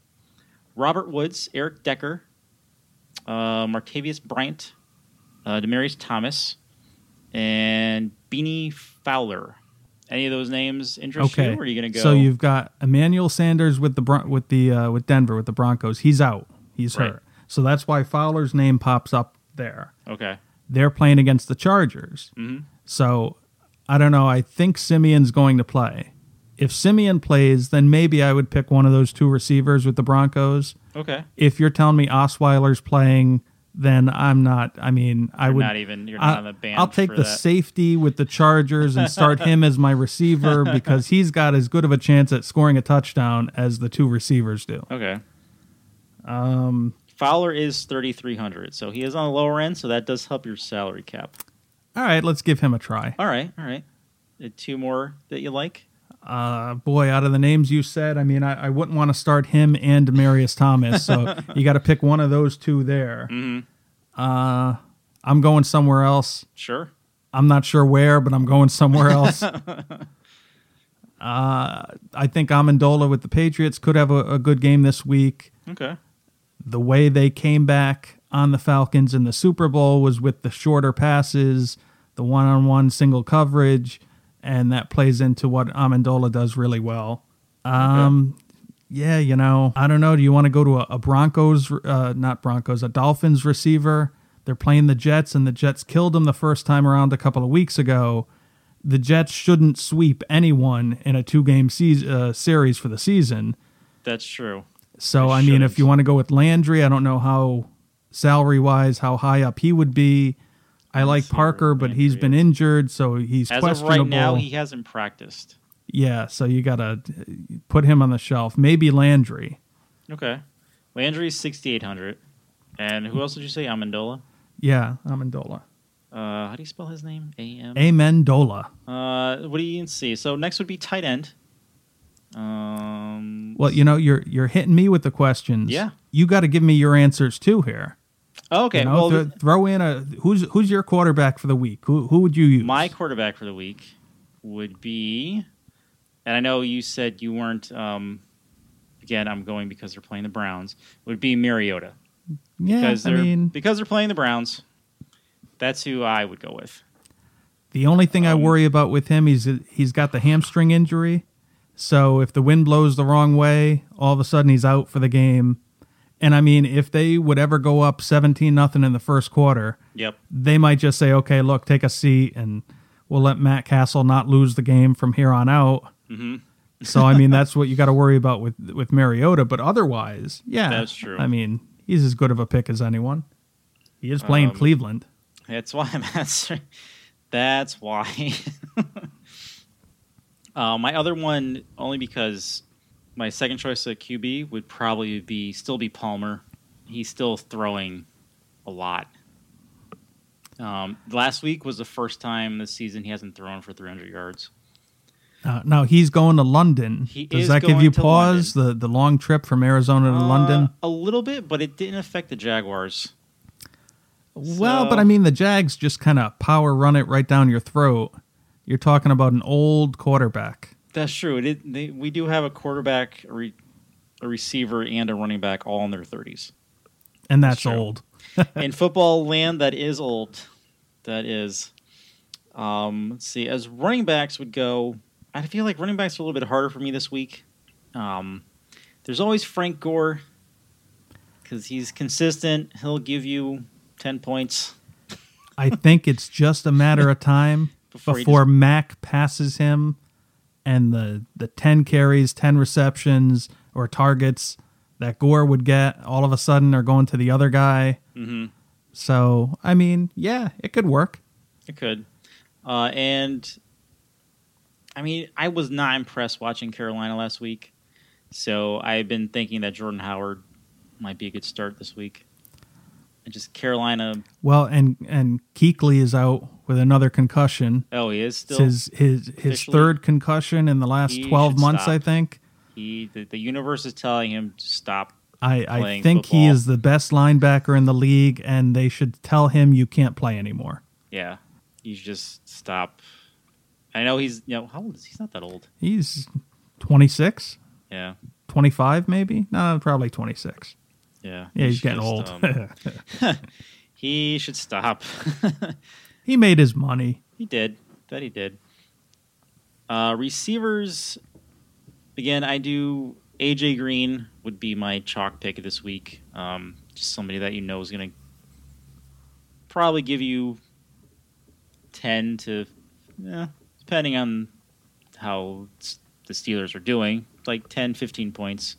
Robert Woods, Eric Decker, uh, Martavius Bryant, uh, Demarius Thomas, and Beanie Fowler. Any of those names interest
Okay.
you? Or are you going to go?
So you've got Emmanuel Sanders with the Bron- with the uh, with Denver with the Broncos. He's out. He's
Right.
hurt. So that's why Fowler's name pops up there.
okay.
They're playing against the Chargers.
Mhm.
So I don't know. I think Simeon's going to play. If Simeon plays, then maybe I would pick one of those two receivers with the Broncos.
Okay.
If you're telling me Osweiler's playing, then I'm not. I mean, I
You're
would
not even. You're not on the band.
I'll take
for
the
that.
safety with the Chargers and start him as
[LAUGHS]
my receiver because he's got as good of a chance at scoring a touchdown as the two receivers do.
Okay.
Um,
Fowler is thirty three hundred, so he is on the lower end. So that does help your salary cap.
all right, let's give him a try.
All right. All right. Uh, Two more that you like.
Uh, boy, out of the names you said, I mean, I, I wouldn't want to start him and Demarius
[LAUGHS]
Thomas, so you got to pick one of those two there.
hmm
Uh, I'm going somewhere else.
Sure.
I'm not sure where, but I'm going somewhere else. uh, I think Amendola with the Patriots could have a, a good game this week.
Okay.
the way they came back on the Falcons in the Super Bowl was with the shorter passes, the one on one single coverage, and that plays into what Amendola does really well. Um, Yeah, you know, I don't know. Do you want to go to a, a Broncos, uh, not Broncos, a Dolphins receiver? They're playing the Jets, and the Jets killed them the first time around a couple of weeks ago. The Jets shouldn't sweep anyone in a two game se- uh, series for the season.
That's true.
So
They
I mean,
shouldn't.
if you want to go with Landry, I don't know how salary wise how high up he would be. I like
see where
Parker, but
Landry
he's been
is.
injured, so he's
As of
questionable.
right now, he hasn't practiced.
yeah, so you gotta uh, put him on the shelf. Maybe Landry.
Okay. Landry's 6,800. And who else did you say? Amendola?
Yeah, Amendola.
Uh, how do you spell his name? A-M?
Amendola.
Uh, what do you see? So next would be tight end. Um,
Well, you know, you're you're hitting me with the questions.
Yeah.
You got to give me your answers too here.
oh, okay.
You know,
well,
th- throw in a who's who's your quarterback for the week? Who who would you use?
my quarterback for the week would be, and I know you said you weren't, um, again, I'm going because they're playing the Browns, would be Mariota.
Yeah,
Because,
I
they're,
mean,
because they're playing the Browns, that's who I would go with.
The only thing I
Um,
worry about with him is that he's got the hamstring injury. So if the wind blows the wrong way, all of a sudden he's out for the game. And I mean, if they would ever go up 17 nothing in the first quarter,
Yep.
they might just say, "Okay, look, take a seat and we'll let Matt Castle not lose the game from here on out."
hmm
So I mean, that's what you got to worry about with with Mariota, but otherwise, yeah.
That's true.
I mean, he's as good of a pick as anyone. He is playing
Um,
Cleveland.
[LAUGHS] That's why I'm answering. That's why. [LAUGHS] uh, my other one, only because my second choice at QB would probably be still be Palmer. He's still throwing a lot. Um, last week was the first time this season he hasn't thrown for 300 yards.
Uh, now he's going to London.
He
Does
is
that give
going
you
to
pause? The the long trip from Arizona to
Uh,
London.
a little bit, but it didn't affect the Jaguars.
Well,
so-
but I mean the Jags just kind of power run it right down your throat. You're talking about an old quarterback.
That's true. It, it, they, we do have a quarterback, a, re, a receiver, and a running back all in their 30s.
And
That's
that's,
true.
old.
in football land, that is old. That is. Um, let's see. As running backs would go, I feel like running backs are a little bit harder for me this week. Um, there's always Frank Gore because he's consistent. He'll give you 10 points
I think it's just a matter of time
[LAUGHS] before,
before,
he just-
Mac passes him and the the 10 carries, 10 receptions or targets that Gore would get all of a sudden are going to the other guy.
Mhm.
So, I mean, yeah, it could work.
It could. Uh, and I mean, I was not impressed watching Carolina last week. So I've been thinking that Jordan Howard might be a good start this week. And just Carolina.
Well, and and Keekly is out with another concussion.
Oh, he is
It's
still.
his his, his
officially-
third concussion in the last
He
12
should
months,
stop.
I think.
He the, the universe is telling him to stop.
I, I
Playing
think he
football.
is the best linebacker in the league, and they should tell him you can't play anymore.
Yeah, you should just stop. I know he's you know how old is he? he's not that old.
He's 26,
Yeah,
25 maybe? No, probably
yeah.
26. Yeah,
He
he's
should
getting
just,
old.
um, [LAUGHS] he should stop.
[LAUGHS]
[LAUGHS]
he made his money.
He did. That he did. Uh, receivers, again, I do. AJ Green would be my chalk pick this week. Um, just somebody that you know is going to probably give you 10 to, eh, depending on how s- the Steelers are doing, like 10, 15 points.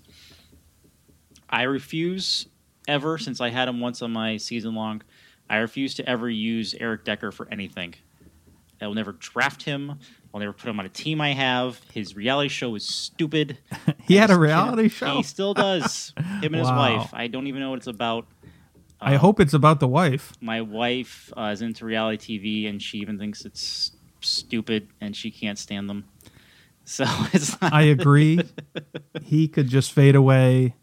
I refuse ever, since I had him once on my season long, I refuse to ever use Eric Decker for anything. I will never draft him. I'll never put him on a team I have. His reality show is stupid.
He
I
had a
just
reality
can't- [LAUGHS]
show.
He still does. Him and
Wow.
his wife. I don't even know what it's about.
I
Um,
hope it's about the wife.
my wife uh, is into reality TV, and she even thinks it's stupid, and she can't stand them. [LAUGHS] So it's not, [LAUGHS]
I agree. he could just fade away,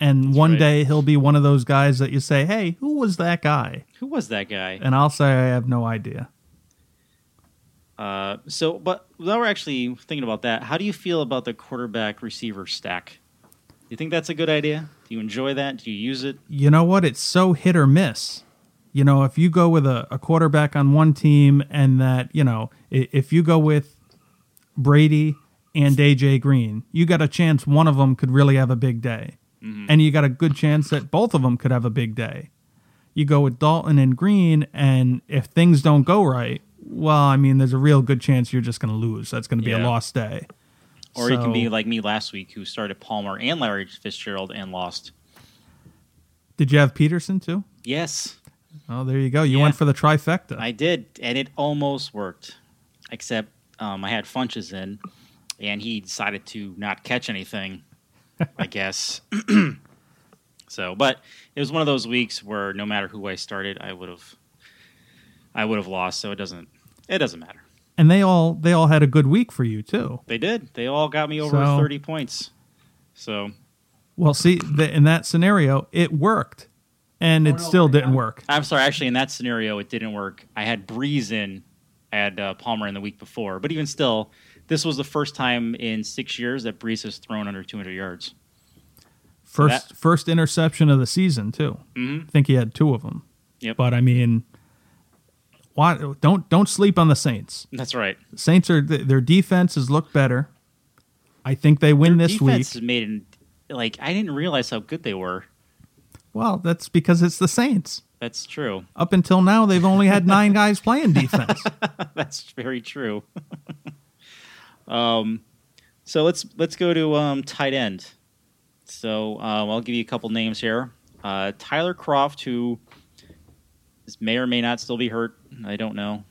and one
right.
day he'll be one of those guys that you say, "Hey, who was that guy?"
who was that guy?
And I'll say, "I have no idea."
Uh, so, but now we're actually thinking about that. How do you feel about the quarterback receiver stack? Do you think that's a good idea? Do you enjoy that? Do you use it?
you know what? It's so hit or miss. You know, if you go with a, a quarterback on one team and that, you know, i- if you go with Brady and AJ Green, you got a chance one of them could really have a big day.
Mm-hmm.
And you got a good chance that both of them could have a big day. You go with Dalton and Green, and if things don't go right, well, I mean, there's a real good chance you're just going to lose. That's going to be a
Yeah.
lost day.
Or you can
So-
be like me last week, who started Palmer and Larry Fitzgerald and lost.
Did you have Peterson too?
Yes,
Oh, there you go. You
Yeah.
went for the trifecta.
I did, and it almost worked, except um, I had Funches in, and he decided to not catch [LAUGHS] anything, I guess. [CLEARS THROAT] so, but it was one of those weeks where no matter who I started, I would have, I would have lost. So it doesn't, it doesn't matter.
and they all they all had a good week for you too.
They did. They all got me over
So-
thirty points. So
Well, see, th in that scenario, it worked, and it still didn't work.
I'm sorry. Actually, in that scenario, it didn't work. I had Breeze in, I had uh, Palmer in the week before. But even still, this was the first time in six years that Breeze has thrown under 200 yards. [LAUGHS]
First, first interception of the season too.
Mhm.
I think he had two of them.
Yep.
But I mean, why don't don't sleep on the Saints?
That's right.
Saints are th- their defense has looked better. I think they win this
Defense
week.
has made an, like I didn't realize how good they were.
Well, that's because it's the Saints.
That's true.
Up until now, they've only
[LAUGHS]
had nine guys playing defense.
That's very true. [LAUGHS] um, so let's let's go to um, tight end. So um, I'll give you a couple names here. Uh, Tyler Croft, who is, may or may not still be hurt. I don't know.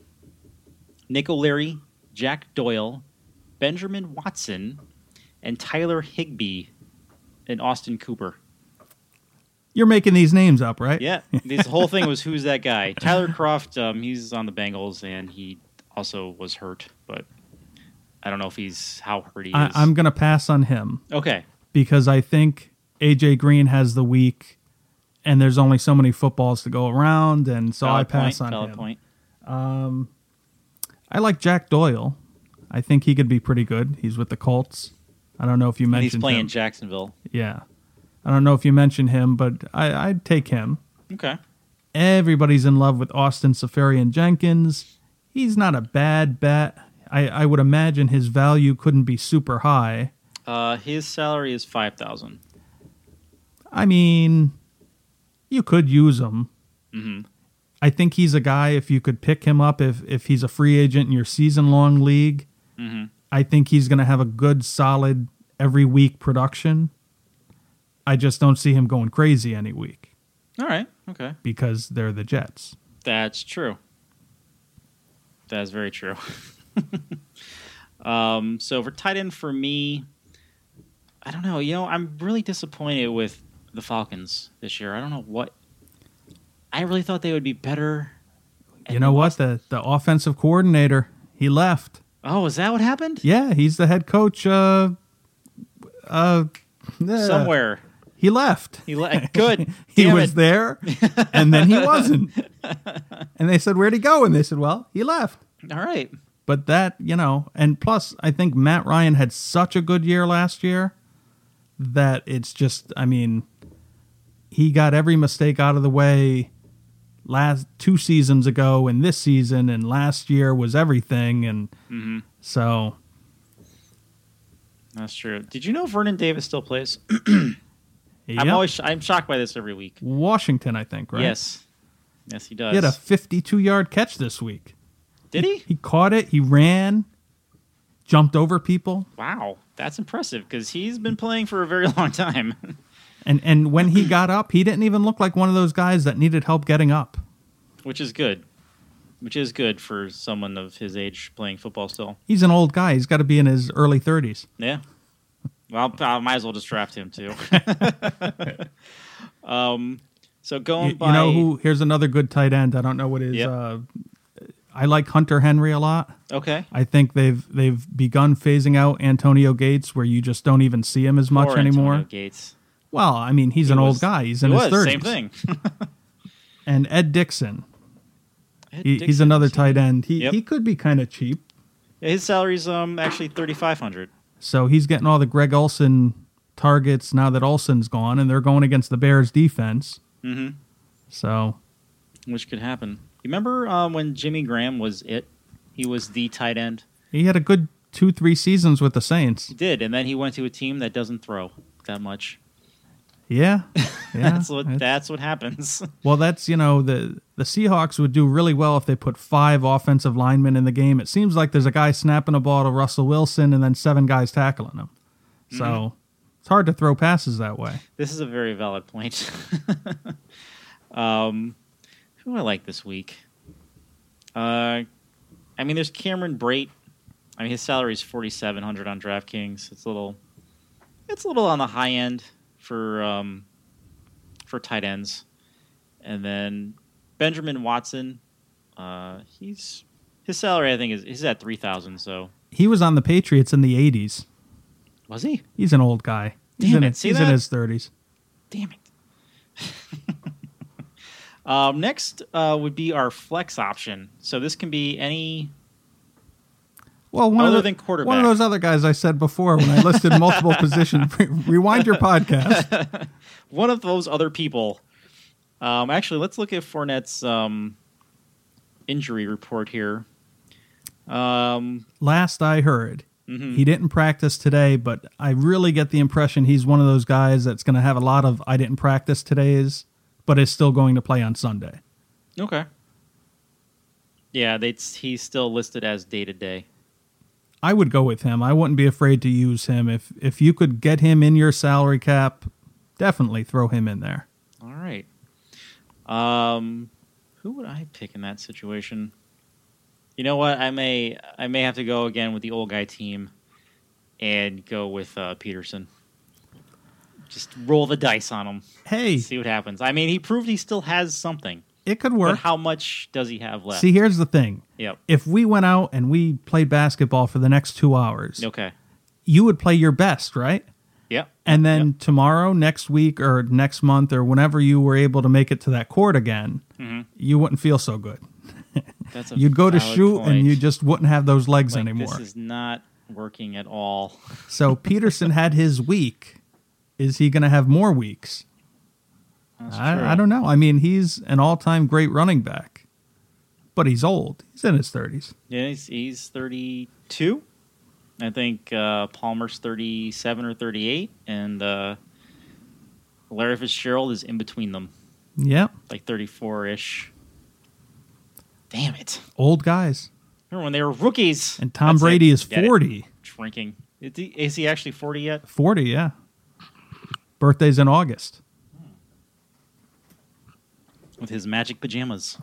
Nick O'Leary, Jack Doyle, Benjamin Watson, and Tyler Higby, and Austin Cooper.
You're making these names up, right?
Yeah, this whole thing was who's that guy? Tyler Croft. Um, he's on the Bengals, and he also was hurt, but I don't know if he's how hurt he is.
I, I'm going to pass on him
okay.
because I think AJ Green has the week, and there's only so many footballs to go around, and so I
Valid
pass
point,
on
valid
him.
point.
I like Jack Doyle. I think he could be pretty good. He's with the Colts. I don't know if you
And
mentioned
he's playing
him.
Jacksonville.
yeah, I don't know if you mentioned him, but I, I'd take him.
Okay.
Everybody's in love with Austin Safarian Jenkins. He's not a bad bet. I, I would imagine his value couldn't be super high.
Uh, his salary is five thousand.
I mean, you could use him.
Mhm.
I think he's a guy. If you could pick him up, if if he's a free agent in your season long league,
Mhm.
I think he's going to have a good, solid every week production. I just don't see him going crazy any week
All right. Okay.
because they're the Jets.
That's true. That's very true. [LAUGHS] um, so for tight end for me, I don't know. You know, I'm really disappointed with the Falcons this year. I don't know what. I really thought they would be better.
you know what? The the offensive coordinator he left.
Oh, is that what happened?
Yeah, he's the head coach. Uh, uh,
Somewhere
he left.
he le- good.
[LAUGHS] he
Damn
was
it.
there and then
[LAUGHS]
he wasn't and they said where'd he go and they said well he left
All right.
but that you know and plus i think matt ryan had such a good year last year that it's just i mean he got every mistake out of the way last two seasons ago and this season and last year was everything and
Mhm.
so
That's true. Did you know Vernon Davis still plays? I'm
yep.
always sh- I'm shocked by this every week.
washington i think right
Yes, yes, he does.
he had a 52 yard catch this week
Did he?
He caught it. He ran, jumped over people,
Wow, that's impressive because he's been playing for a very [LAUGHS] long time.
and and when he got up, he didn't even look like one of those guys that needed help getting up.
which is good, which is good for someone of his age playing football still.
He's an old guy. He's got to be in his early thirties.
Yeah. Well, I might as well just draft him too. [LAUGHS] um, so
You,
going
you
by
know who? Here's another good tight end. I don't know what his.
Yep.
Uh, I like Hunter Henry a lot.
okay,
I think they've they've begun phasing out Antonio Gates, where you just don't even see him as much
Or
anymore.
Antonio Gates.
Well, I mean, he's
He
an
was-
old guy. He's
It
in his
was
thirties.
same thing. [LAUGHS]
And Ed Dixon,
Ed
[LAUGHS] he, he's
Dixon.
another tight end. He
Yep.
he could be kind of cheap.
His salary's um actually thirty five hundred.
So he's getting all the Greg Olson targets now that Olson's gone, and they're going against the Bears defense.
Mm-hmm.
So
Which could happen. You remember um, when Jimmy Graham was it? He was the tight end.
he had a good two, three seasons with the Saints.
He did, and then he went to a team that doesn't throw that much. [LAUGHS]
Yeah. yeah.
that's what
It's-
that's what happens. [LAUGHS]
well, that's, you know, the, the Seahawks would do really well if they put five offensive linemen in the game. It seems like there's a guy snapping a ball to Russell Wilson and then seven guys tackling him. So
Mm-hmm.
it's hard to throw passes that way.
this is a very valid point. [LAUGHS] um, who I like this week? Uh, I mean, there's Cameron Brait. I mean, his salary is forty seven hundred on DraftKings. It's a little, it's a little on the high end for um, for tight ends. And then Benjamin Watson, uh, he's his salary I think is he's at three thousand. So
He was on the Patriots in the 80s.
was he?
He's an old guy. He's,
Damn
in,
it,
his-
see
he's in
that?
his 30s.
Damn it. [LAUGHS] um, next uh, would be our flex option. So this can be any.
Well, one
Other
of the,
than quarterback.
one of those other guys I said before when I listed
[LAUGHS]
multiple positions. Rewind your podcast.
one of those other people. Um, actually, let's look at Fournette's um, injury report here. Um,
Last I heard,
mhm.
he didn't practice today, but I really get the impression he's one of those guys that's going to have a lot of I didn't practice today's, but is still going to play on Sunday.
Okay. Yeah, they, he's still listed as day to day.
I would go with him. I wouldn't be afraid to use him if if you could get him in your salary cap. Definitely throw him in there.
All right. Um, who would I pick in that situation? You know what? I may I may have to go again with the old guy team, and go with uh, Peterson. Just roll the dice on him.
Hey,
See what happens. I mean, he proved he still has something.
it could
But
work.
how much does he have left?
See, here's the thing.
Yep.
If we went out and we played basketball for the next two hours,
Okay.
you would play your best, right?
Yep.
And then tomorrow, next week, or next month, or whenever you were able to make it to that court again, you wouldn't feel so good.
Mm-hmm. That's a
You'd go to
valid
shoot
point.
and you just wouldn't have those legs
Like,
anymore.
This is not working at all. [LAUGHS]
So Peterson had his week. Is he going to have more weeks?
That's true.
I, I don't know. I mean, he's an all-time great running back, but he's old. He's in his thirties.
Yeah, he's, he's 32. I think uh, Palmer's 37 or 38, and uh, Larry Fitzgerald is in between them,
Yep,
like 34 ish. Damn it!
old guys.
Remember when they were rookies?
And Tom
That's it.
Brady is
Get it.
forty.
Shrinking. Is he, is he actually 40 yet?
Forty, yeah. Birthday's in August.
With his magic pajamas.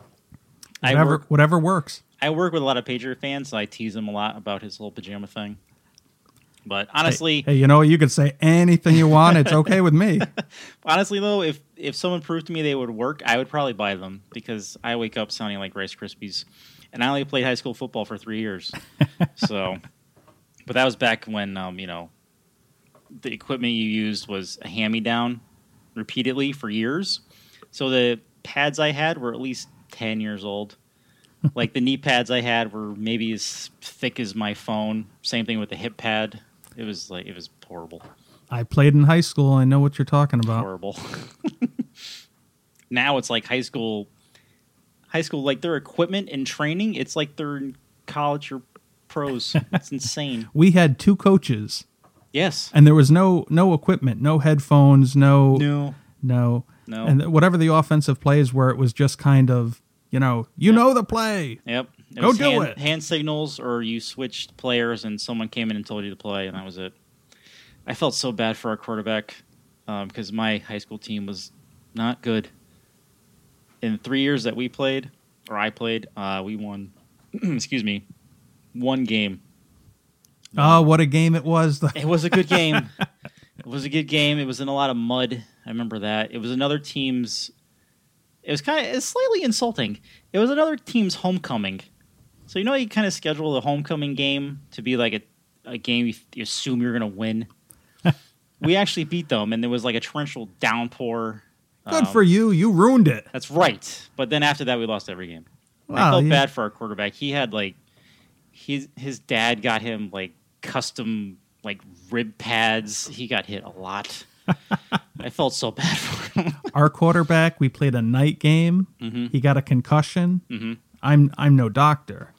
I
Whatever,
work,
whatever works.
I work with a lot of Pager fans, so I tease him a lot about his whole pajama thing. But honestly,
Hey, you know what? You could say anything you want. It's okay
[LAUGHS]
with me.
Honestly, though, if if someone proved to me they would work, I would probably buy them because I wake up sounding like Rice Krispies, and I only played high school football for three years. so, but that was back when um, you know the equipment you used was a hand me down repeatedly for years. So the pads I had were at least ten years old. like the knee pads I had were maybe as thick as my phone. Same thing with the hip pad. It was like it was horrible
I played in high school. I know what you're talking about.
horrible. [LAUGHS] now it's like high school, high school like their equipment and training. It's like they're in college or pros.
[LAUGHS]
it's insane.
We had two coaches,
Yes.
and there was no no equipment, no headphones, no
No.
No.
No.
And th- whatever the offensive plays were, it was just kind of, you know, you know the play.
Yep. It
Go
was
do
hand,
it.
Hand signals, or you switched players, and someone came in and told you to play, and that was it. I felt so bad for our quarterback because my high school team was not good. In three years that we played, or I played, uh, we won. [CLEARS THROAT] excuse me, one game.
Oh, what a game it was. [LAUGHS]
It was a good game. it was a good game. It was in a lot of mud. I remember that. It was another team's. It was kind of slightly insulting. It was another team's homecoming. So you know how you kind of schedule the homecoming game to be like a, a game you, you assume you're going to win. we actually beat them, and there was like a torrential downpour. Um,
Good for you. You ruined it.
That's right. But then after that, we lost every game. I
Wow,
felt
yeah.
bad for our quarterback. He had like his his dad got him like custom like rib pads. He got hit a
[LAUGHS]
lot. I felt so bad for him.
Our quarterback, we played a night game.
Mm-hmm.
He got a concussion. I'm I'm
[LAUGHS]
no doctor.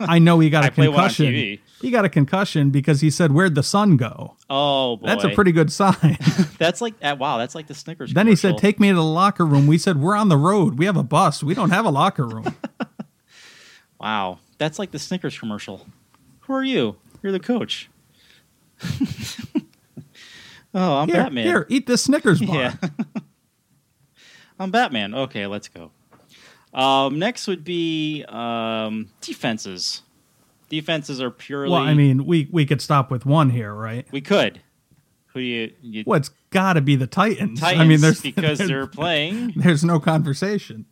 I know he got a
I play one on
concussion.
TV.
He got a concussion because he said, "Where'd the sun go?"
Oh boy,
That's a pretty
[LAUGHS]
good sign.
That's like that. Wow, that's like the Snickers.
then he said,
commercial.
"Take me to the locker room." We said, "We're on the road. We have a bus. We don't have a
[LAUGHS]
locker room."
wow, that's like the Snickers commercial. Who are you? You're the coach. [LAUGHS] oh, I'm
here,
Batman.
here, eat this Snickers bar.
Yeah. [LAUGHS] I'm Batman. Okay, let's go. Um, next would be um, defenses. Defenses are purely.
Well, I mean, we we could stop with one here, right?
we could. Who do you? you
Well, it's got to be the Titans.
Titans,
I mean, [LAUGHS] there's
because they're playing.
there's no conversation.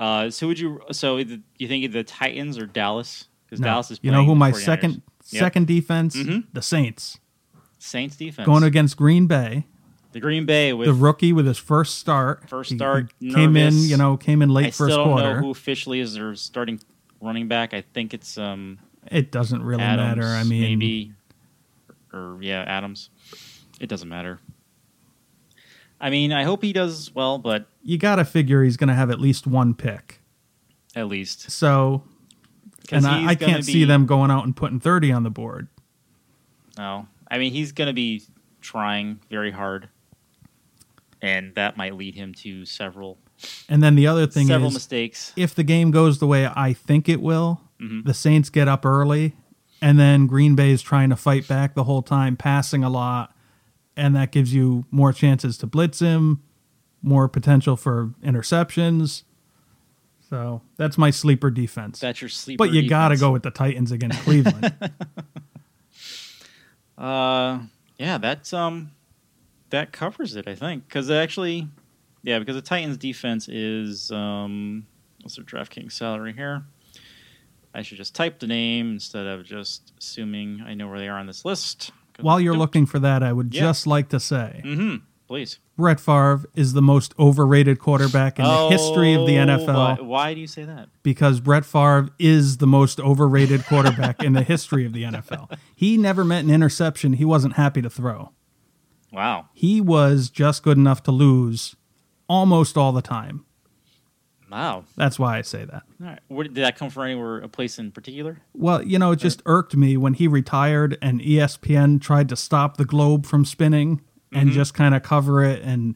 Uh, so would you? So either- you think either the Titans or Dallas? Because
No.
Dallas is.
you
Playing
know who
the
my
49ers.
second
Yep.
second defense?
Mhm.
The Saints
Saints defense
going against Green Bay.
the Green Bay with.
the rookie with his first start.
First
He- he
start,
came in.
nervous.
You know, came in late
I
first
still don't
quarter.
know who officially is their starting running back. I think it's um.
it doesn't really
Adams,
matter. I mean,
maybe or yeah, Adams. It doesn't matter. I mean, I hope he does well, but
you got to figure he's going to have at least one pick.
at least
So,
'Cause
and I,
he's
I
gonna
can't
be-
see them going out and putting thirty on the board.
No, I mean he's going to be trying very hard, and that might lead him to several
And then the other thing
several
is,
mistakes.
if the game goes the way I think it will,
Mm-hmm.
the Saints get up early, and then Green Bay is trying to fight back the whole time, passing a lot, and that gives you more chances to blitz him, more potential for interceptions. So that's my sleeper defense.
That's your sleeper.
but you got to
defense.
go with the Titans against Cleveland.
[LAUGHS] Uh, yeah, that's um, that covers it, I think, because actually, yeah, because the Titans' defense is um, what's their DraftKings salary here? I should just type the name instead of just assuming I know where they are on this list.
While you're looking for that, I would
Yeah.
just like to say
mm-hmm, please,
Brett Favre is the most overrated quarterback in the history of the
Oh,
NFL
Why, why do you say that?
because Brett Favre is the most overrated quarterback in the history of the NFL. He never met an interception he wasn't happy to throw.
Wow,
He was just good enough to lose almost all the time.
wow.
That's why I say that.
All right. Where, did that come from? Anywhere, a place in particular?
Well, you know, it just irked me when he retired and E ESPN tried to stop the globe from spinning and just kind of cover it and,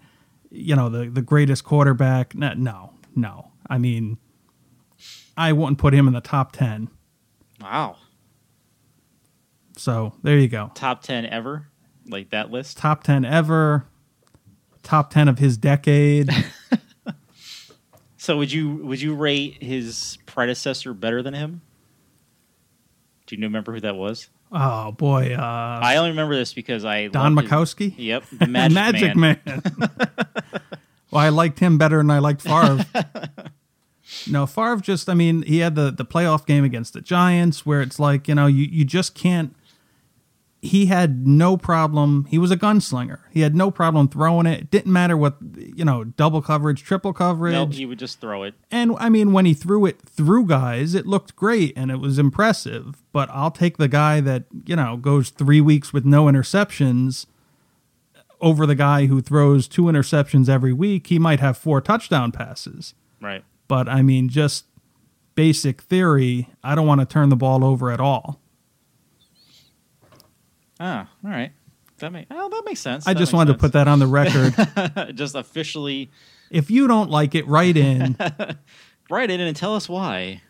you know, the, the greatest quarterback. No, no, no. I mean, I wouldn't put him in the top 10.
Wow,
So there you go.
top ten ever, like that list.
Top 10 ever, top 10 of
[LAUGHS]
his decade.
So would you would you rate his predecessor better than him? Do you remember who that was?
oh, boy. Uh,
I only remember this because I
Don
loved his-
Mikowski? [LAUGHS]
Yep, the Magic, Man. [LAUGHS]
well, I liked him better than I liked Favre. no, Favre just, I mean, he had the, the playoff game against the Giants where it's like, you know, you, you just can't. He had no problem. He was a gunslinger. He had no problem throwing it. It didn't matter what, you know, double coverage, triple coverage.
No, he would just throw it.
And I mean, when he threw it through guys, it looked great and it was impressive. But I'll take the guy that, you know, goes three weeks with no interceptions over the guy who throws two interceptions every week. He might have four touchdown passes.
Right.
But I mean, just basic theory, I don't want to turn the ball over at all.
Ah, all right. That make oh, that makes sense.
I just wanted to put
[LAUGHS]
that on the record.
that [LAUGHS] just officially
if you don't like it,
[LAUGHS]
write in.
write it in and tell us why.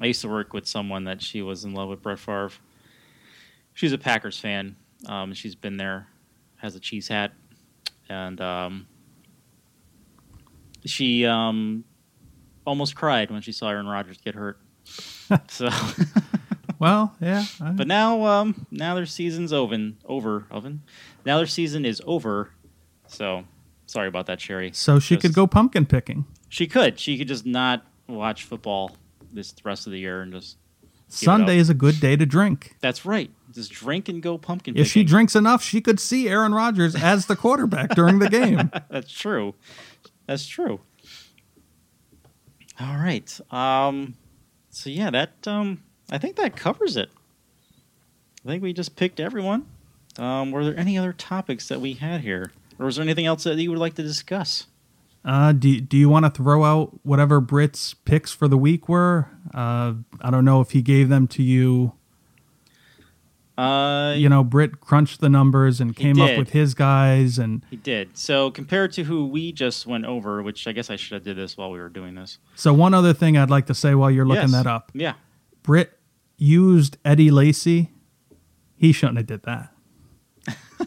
I used to work with someone that she was in love with Brett Favre. She's a Packers fan. Um, she's been there, has a cheese hat, and um, she um, almost cried when she saw Aaron Rodgers get
[LAUGHS]
hurt. so, [LAUGHS]
Well, yeah. I-
but now, um, now their season's oven, over, oven. Now their season is over. So, sorry about that, Sherry.
so she
Just-
could go pumpkin picking.
she could. She could just not watch football this the rest of the year and just.
Sunday is a good day to drink.
That's right. Just drink and go pumpkin.
If she
picking.
drinks enough, she could see Aaron Rodgers as the quarterback during the game.
that's true. That's true. All right. Um. So yeah, that um. I think that covers it. I think we just picked everyone. Um, were there any other topics that we had here, or was there anything else that you would like to discuss?
[LAUGHS] Uh, do, do you want to throw out whatever Britt's picks for the week were? Uh, I don't know if he gave them to you.
Uh,
You know, Britt crunched the numbers and
He
came up
did.
with his guys, and
he did. So compared to who we just went over, which I guess I should have did this while we were doing this.
so one other thing I'd like to say while you're looking
Yes.
that up,
Yeah.
Britt used Eddie Lacy. He shouldn't have
[LAUGHS]
did that.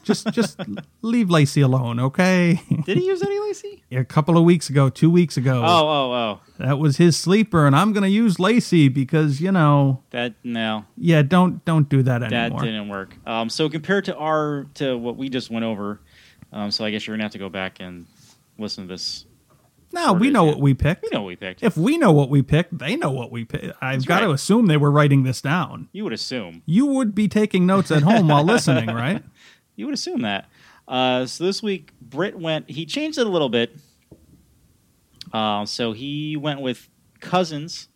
Just just leave Lacy alone, okay? [LAUGHS]
Did he use Eddie Lacy?
A couple of weeks ago, two weeks ago,
Oh, oh, oh.
That was his sleeper, and I'm gonna use Lacey because you know,
That no,
yeah, don't don't do that
that
anymore.
didn't work. Um, so compared to our to what we just went over, um, so I guess you're gonna have to go back and listen to this.
no, we
Or
know
did
what we picked.
We know what we picked.
If we know what we picked, they know what we picked. I've got to
right.
assume they were writing this down.
you would assume,
You would be taking notes at home
[LAUGHS]
while listening, right?
you would assume that. Uh, so this week, Britt went. He changed it a little bit. Uh, so he went with Cousins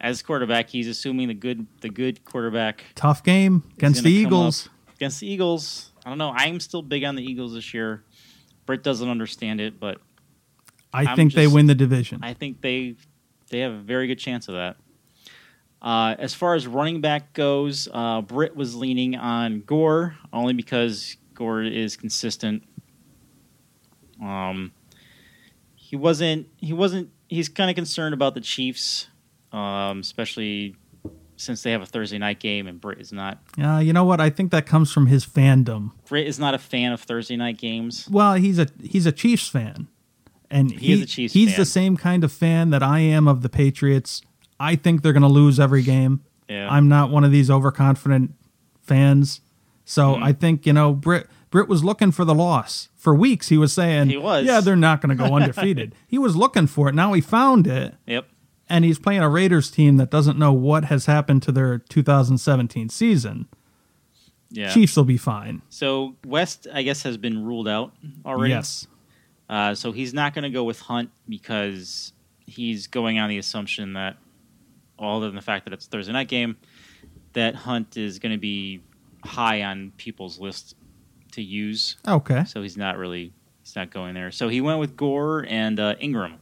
as quarterback. He's assuming the good the good quarterback
Tough game against
gonna
the
come
Eagles.
against the Eagles. I don't know. I'm still big on the Eagles this year. Britt doesn't understand it, but
I
I'm
think they
just-
win the division.
I think they they have a very good chance of that. Uh, as far as running back goes, uh, Britt was leaning on Gore only because Gore is consistent. Um, he wasn't. He wasn't. He's kind of concerned about the Chiefs, um, especially since they have a Thursday night game and Britt is not.
Uh, you know what? I think that comes from his fandom.
Britt is not a fan of Thursday night games.
Well, he's a he's a Chiefs fan, And
He is
he-
a Chiefs
he's
fan.
the same kind of fan that I am of the Patriots. I think they're going to lose every game.
Yeah.
I'm not one of these overconfident fans. So
Mm-hmm.
I think, you know, Britt Britt was looking for the loss. For weeks he was saying,
He was.
"Yeah, they're not going to
[LAUGHS]
go undefeated." he was looking for it. Now he found it.
Yep.
And he's playing a Raiders team that doesn't know what has happened to their 2017 season.
Yeah.
Chiefs will be fine.
So West, I guess, has been ruled out already.
Yes.
Uh, so he's not going to go with Hunt because he's going on the assumption that, other than the fact that it's a Thursday night game, that Hunt is going to be high on people's list to use.
Okay.
So he's not really he's not going there. So he went with Gore and uh, Ingram.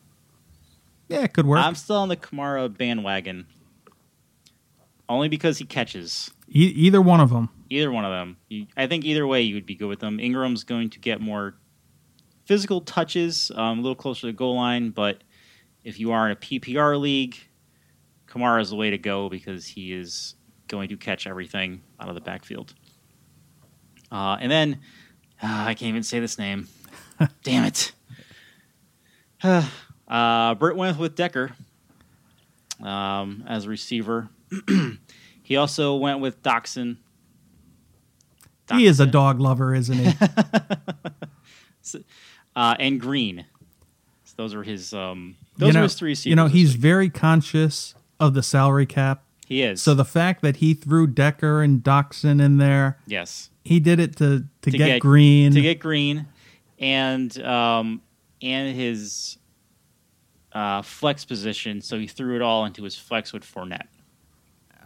Yeah, it could work.
I'm still on the Kamara bandwagon, only because he catches.
E- either one of them.
Either one of them. You, I think either way you would be good with them. Ingram's going to get more physical touches, um, a little closer to the goal line, but if you are in a PPR league, Kamara is the way to go because he is going to catch everything out of the backfield. Uh, and then ah, I can't even say this
[LAUGHS]
name. Damn it. [SIGHS] uh, Britt went with Decker um, as a receiver. [CLEARS THROAT] he also went with Doxson.
He is a
Doxson.
dog lover, isn't
[LAUGHS]
he?
uh, and Green. So those are his. Um, those
know,
are his three receivers.
You know,
this
he's
week.
very conscious of the salary cap.
he is.
So the fact that he threw Decker and Doxson in there,
yes
he did it to,
To
to, get,
get-
Green.
to get Green, and um, and his uh, flex position. So he threw it all into his flex with Fournette.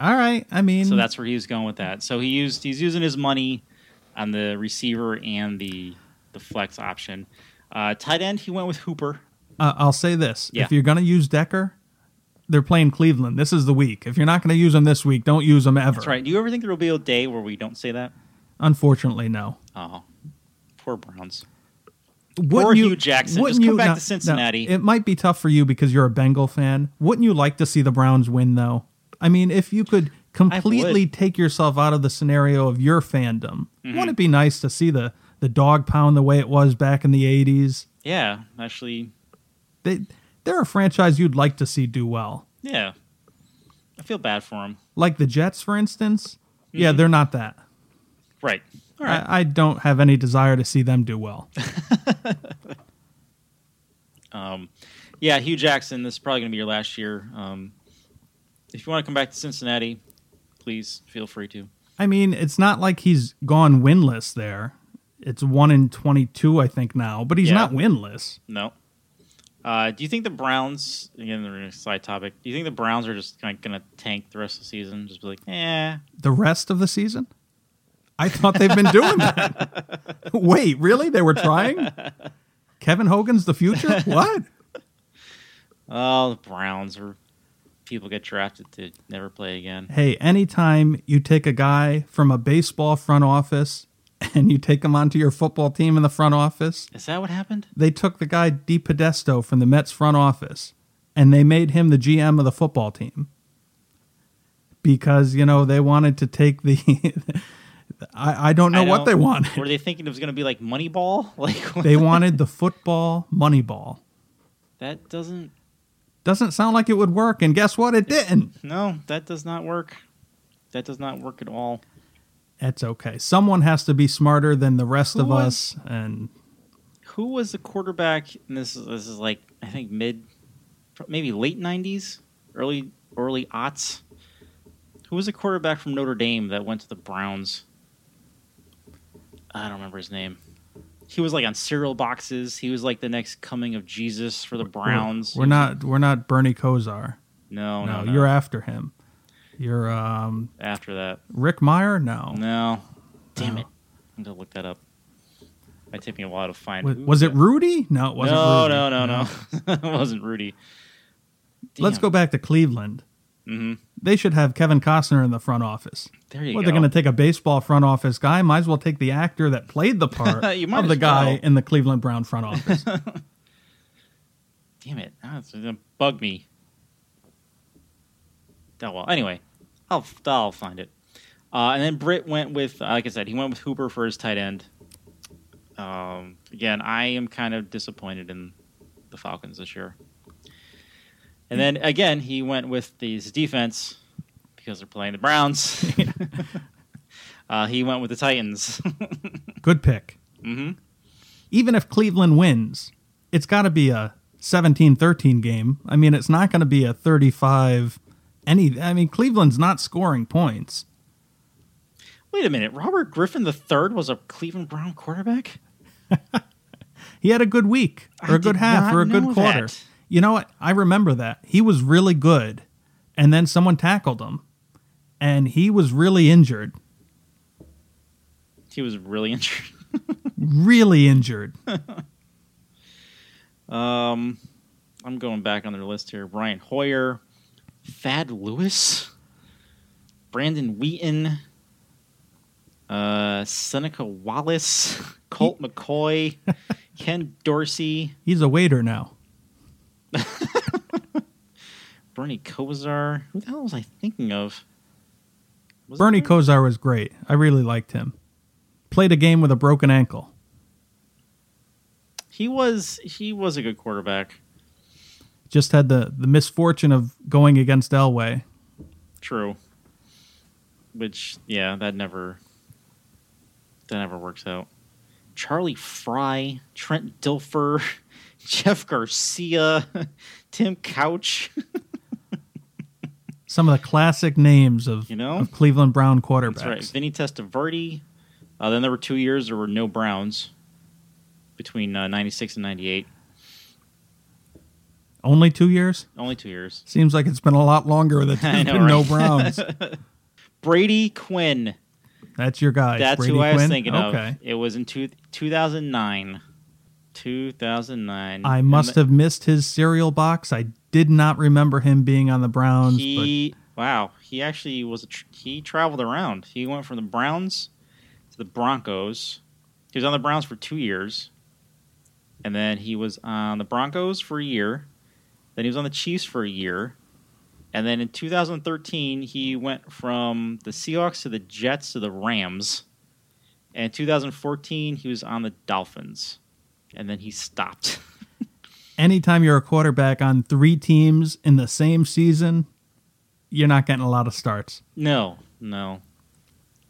All right. I mean,
So that's where he was going with that. So he used he's using his money on the receiver and the the flex option. Uh, tight end, he went with Hooper.
uh, I'll say this:
Yeah.
if you're going to use Decker, they're playing Cleveland. This is the week. If you're not going to use them this week, don't use them ever.
That's right. Do you ever think there will be a day where we don't say that?
Unfortunately, no.
Oh, poor Browns.
Wouldn't
Hugh Jackson. Just come back to Cincinnati.
it might be tough for you because you're a Bengal fan. Wouldn't you like to see the Browns win though? I mean, if you could completely take yourself out of the scenario of your fandom,
Mm-hmm.
wouldn't it be nice to see the the dog pound the way it was back in the '80s?
Yeah, actually,
They they're a franchise you'd like to see do well,
yeah. I feel bad for him.
like the Jets, for instance. Yeah, they're not that.
Right. Mm-hmm. All right.
I, I don't have any desire to see them do well.
Um, yeah, Hugh Jackson. This is probably going to be your last year. Um, if you want to come back to Cincinnati, please feel free to.
I mean, it's not like he's gone winless there. It's one in twenty-two, I think now, but he's
Yeah.
not winless.
No. Uh, do you think the Browns? Again, we're going to side topic. Do you think the Browns are just kind of going to tank the rest of the season? Just be like, eh.
The rest of the season, I thought they've been doing that. [LAUGHS] Wait, really? They were trying. Kevin Hogan's the future. What?
Oh, the Browns are. People get drafted to never play again.
Hey, anytime you take a guy from a baseball front office and you take him onto your football team in the front office,
Is that what happened?
they took the guy D. Podesto from the Mets front office and they made him the GM of the football team because, you know, they wanted to take the. [LAUGHS] I, I don't know
I
what
don't-
they wanted.
Were they thinking it was going to be like Moneyball? [LAUGHS] Like what-
They wanted the football money ball.
that doesn't.
Doesn't sound like it would work. And guess what? It didn't.
No, that does not work. That does not work at all.
That's okay. Someone has to be smarter than the rest
Who
of
was-
us. And
Who was the quarterback? And this is this is like I think mid, maybe late '90s, early early aughts. Who was the quarterback from Notre Dame that went to the Browns? I don't remember his name. He was like on cereal boxes. He was like the next coming of Jesus for the Browns.
we're not we're not Bernie Kosar.
No,
no,
no, no.
you're after him. You're um,
after that.
Rick Meyer. No.
No. Damn
No.
it. I'm going to look that up. It might take me a while to find.
Was,
who
was it
that-
Rudy? No, it wasn't.
no,
Rudy.
no, no, no, [LAUGHS] it wasn't Rudy.
Let's go back to Cleveland.
hmm
They should have Kevin Costner in the front office.
There you
Well,
go.
they're going to take a baseball front office guy. Might as well take the actor that played the
[LAUGHS]
part
You might
of the
as
guy
well.
in the Cleveland Brown front
[LAUGHS]
office.
Damn it. Ah, It's going to bug me. Oh, well, anyway, I'll, I'll find it. Uh, and then Britt went with, uh, like I said, he went with Hooper for his tight end. Um, again, I am kind of disappointed in the Falcons this year. And then again, he went with these defense because they're playing the
[LAUGHS]
Browns. [LAUGHS] uh, he went with the Titans.
Good pick.
hmm
Even if Cleveland wins, it's got to be a 17-13 game. I mean, it's not going to be a 35 any I mean, Cleveland's not scoring points.
Wait a minute, Robert Griffin III was a Cleveland Brown quarterback.
He had a good week or
I
a good
did
half
not
or a good
know
quarter.
that.
You know what? I remember that. He was really good. And then someone tackled him and he was really injured.
He was really [LAUGHS] injured.
Really injured.
Um, I'm going back on their list here. Brian Hoyer, Thad Lewis, Brandon Wheaton, uh, Seneca Wallace, Colt McCoy, Ken Dorsey,
He's a waiter now.
Bernie Kosar. Who the hell was I thinking of? Was it
Bernie Kosar was great. I really liked him. Played a game with a broken ankle.
He was he was a good quarterback.
Just had the, the misfortune of going against Elway.
True. Which yeah, that never that never works out. Charlie Fry, Trent Dilfer, [LAUGHS] Jeff Garcia, [LAUGHS] Tim Couch. [LAUGHS]
Some of the classic names of,
You know?
of Cleveland Brown quarterbacks.
That's right. Vinny Testaverde. Uh, then there were two years there were no Browns between uh, 96 and 98.
Only two years?
Only two years.
Seems like it's been a lot longer
[LAUGHS]
that
I
there's
know,
been no
right? [LAUGHS]
Browns.
Brady Quinn.
That's your guy.
That's
Brady
who I was
Quinn?
thinking
okay.
of. It was in two, 2009. 2009.
I
And
must
the-
have missed his cereal box. I did not remember him being on the Browns.
He wow, he actually was a tr- he traveled around. He went from the Browns to the Broncos. He was on the Browns for 2 years. And then he was on the Broncos for a year. Then he was on the Chiefs for a year. And then in 2013 he went from the Seahawks to the Jets to the Rams. And in 2014 he was on the Dolphins. And then he stopped. [LAUGHS]
But anytime you're a quarterback on three teams in the same season, you're not getting a lot of starts.
No, no.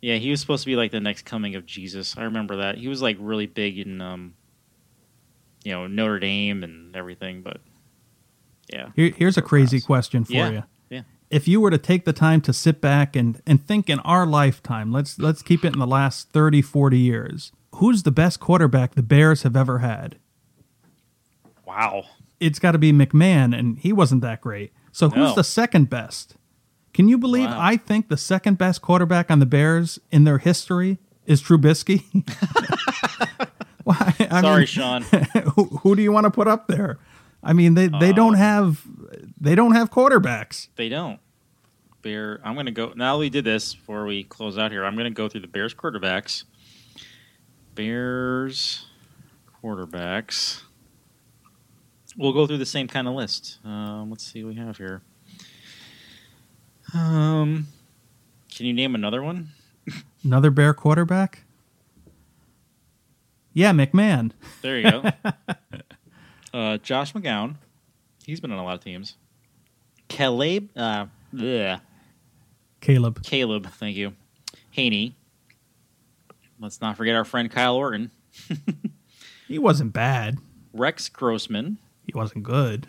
Yeah, he was supposed to be like the next coming of Jesus. I remember that. He was like really big in um you know, Notre Dame and everything, but yeah.
Here, here's a crazy
Perhaps.
question for
Yeah,
you.
yeah.
If you were to take the time to sit back and, and think in our lifetime, let's let's keep it in the last 30, 40 years. Who's the best quarterback the Bears have ever had?
Wow.
it's got to be McMahon, and he wasn't that great. So who's
No.
the second best? Can you believe
Wow.
I think the second best quarterback on the Bears in their history is Trubisky? [LAUGHS] Why? I
Sorry,
mean,
Sean.
[LAUGHS] who, who do you want to put up there? I mean, they, they
Um,
don't have they don't have quarterbacks.
They don't. Bear I'm gonna go now that we did this before we close out here, I'm gonna go through the Bears quarterbacks. Bears quarterbacks. We'll go through the same kind of list. Um, let's see what we have here. Um, can you name another one?
Another Bear quarterback? Yeah, McMahon.
There you go. uh, Josh McGown. He's been on a lot of teams. Caleb. Uh, bleh.
Caleb.
Caleb, thank you. Haney. Let's not forget our friend Kyle Orton.
He wasn't bad.
Rex Grossman.
He wasn't good.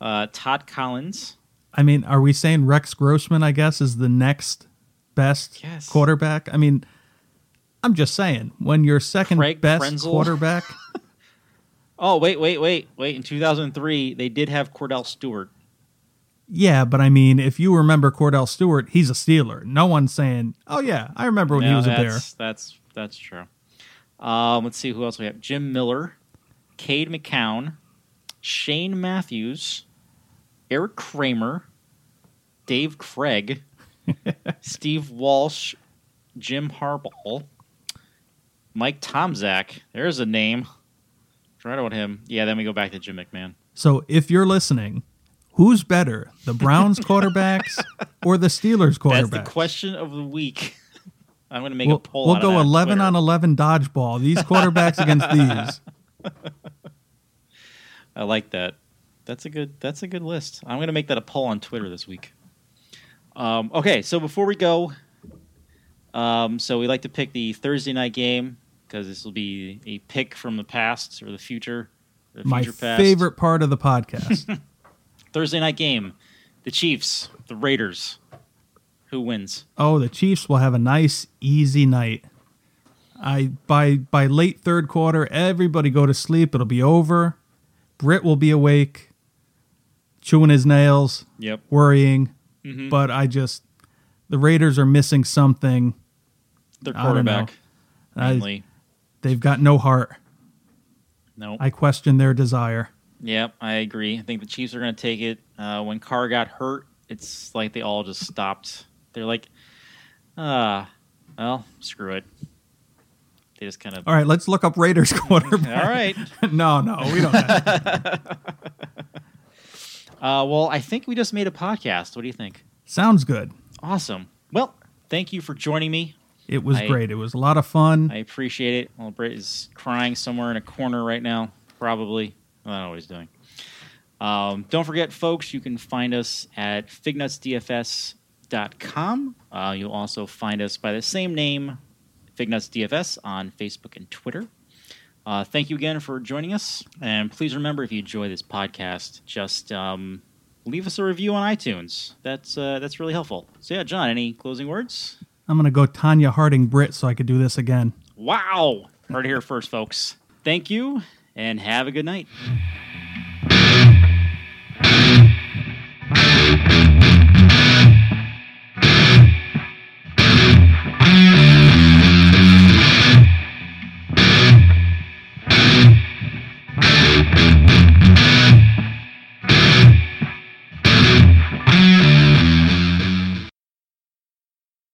Uh, Todd Collins.
I mean, are we saying Rex Grossman, I guess, is the next best
Yes.
quarterback? I mean, I'm just saying, when your second
Craig
best
Krenzel.
quarterback,
Oh, wait, wait, wait, wait. In 2003, they did have Cordell Stewart.
yeah, but I mean, if you remember Cordell Stewart, he's a Steeler. No one's saying, oh, yeah, I remember when he
No,
was a Bear.
that's, That's that's true. Um, let's see who else we have. Jim Miller, Cade McCown, Shane Matthews, Eric Kramer, Dave
[LAUGHS]
Craig, Steve Walsh, Jim Harbaugh, Mike Tomzak. There's a name. Try out him. Yeah, then we go back to Jim McMahon.
So if you're listening, who's better,
[LAUGHS]
the Browns quarterbacks or the Steelers
That's
quarterbacks?
the question of the week. [LAUGHS] I'm going to make
We'll,
a poll.
we'll
out of
go
that on
11
Twitter. [LAUGHS]
on 11 dodgeball, these quarterbacks against these.
I like that. That's a good. That's a good list. I'm gonna make that a poll on Twitter this week. Um, okay, so before we go, um, so we like to pick the Thursday night game because this will be a pick from the past or the future. or The
My
future past.
favorite part of the podcast.
Thursday night game, the Chiefs, the Raiders. Who wins?
oh, the Chiefs will have a nice, easy night. I by by late third quarter, everybody go to sleep. It'll be over. Britt will be awake, chewing his nails,
Yep.
worrying.
Mm-hmm.
But I just the Raiders are missing something.
Their
I don't know.
quarterback,
I-
mainly.
They've got no heart.
No.
I question their desire.
Yep, I agree. I think the Chiefs are going to take it. Uh, when Carr got hurt, it's like they all just stopped. They're like, ah, well, screw it. They just kind of.
All right, let's look up Raiders [LAUGHS] quarterback.
All [LAUGHS] right.
no, no, we don't.
[LAUGHS]
Have to.
Uh, well, I think we just made a podcast. What do you think?
Sounds good.
Awesome. Well, thank you for joining me.
It was
I-
great. It was a lot of fun.
I appreciate it. Well, Britt is crying somewhere in a corner right now, probably. I don't know what he's doing. Um, don't forget, folks, you can find us at fignutsdfs.com. Uh, you'll also find us by the same name, fignutsdfs, on Facebook and Twitter. Uh, thank you again for joining us. And please remember, if you enjoy this podcast, just um, leave us a review on iTunes. That's, uh, that's really helpful. So, yeah, John, any closing words?
I'm gonna go Tanya Harding Britt so I could do this again.
Wow. Heard it here first, folks. Thank you and have a good night.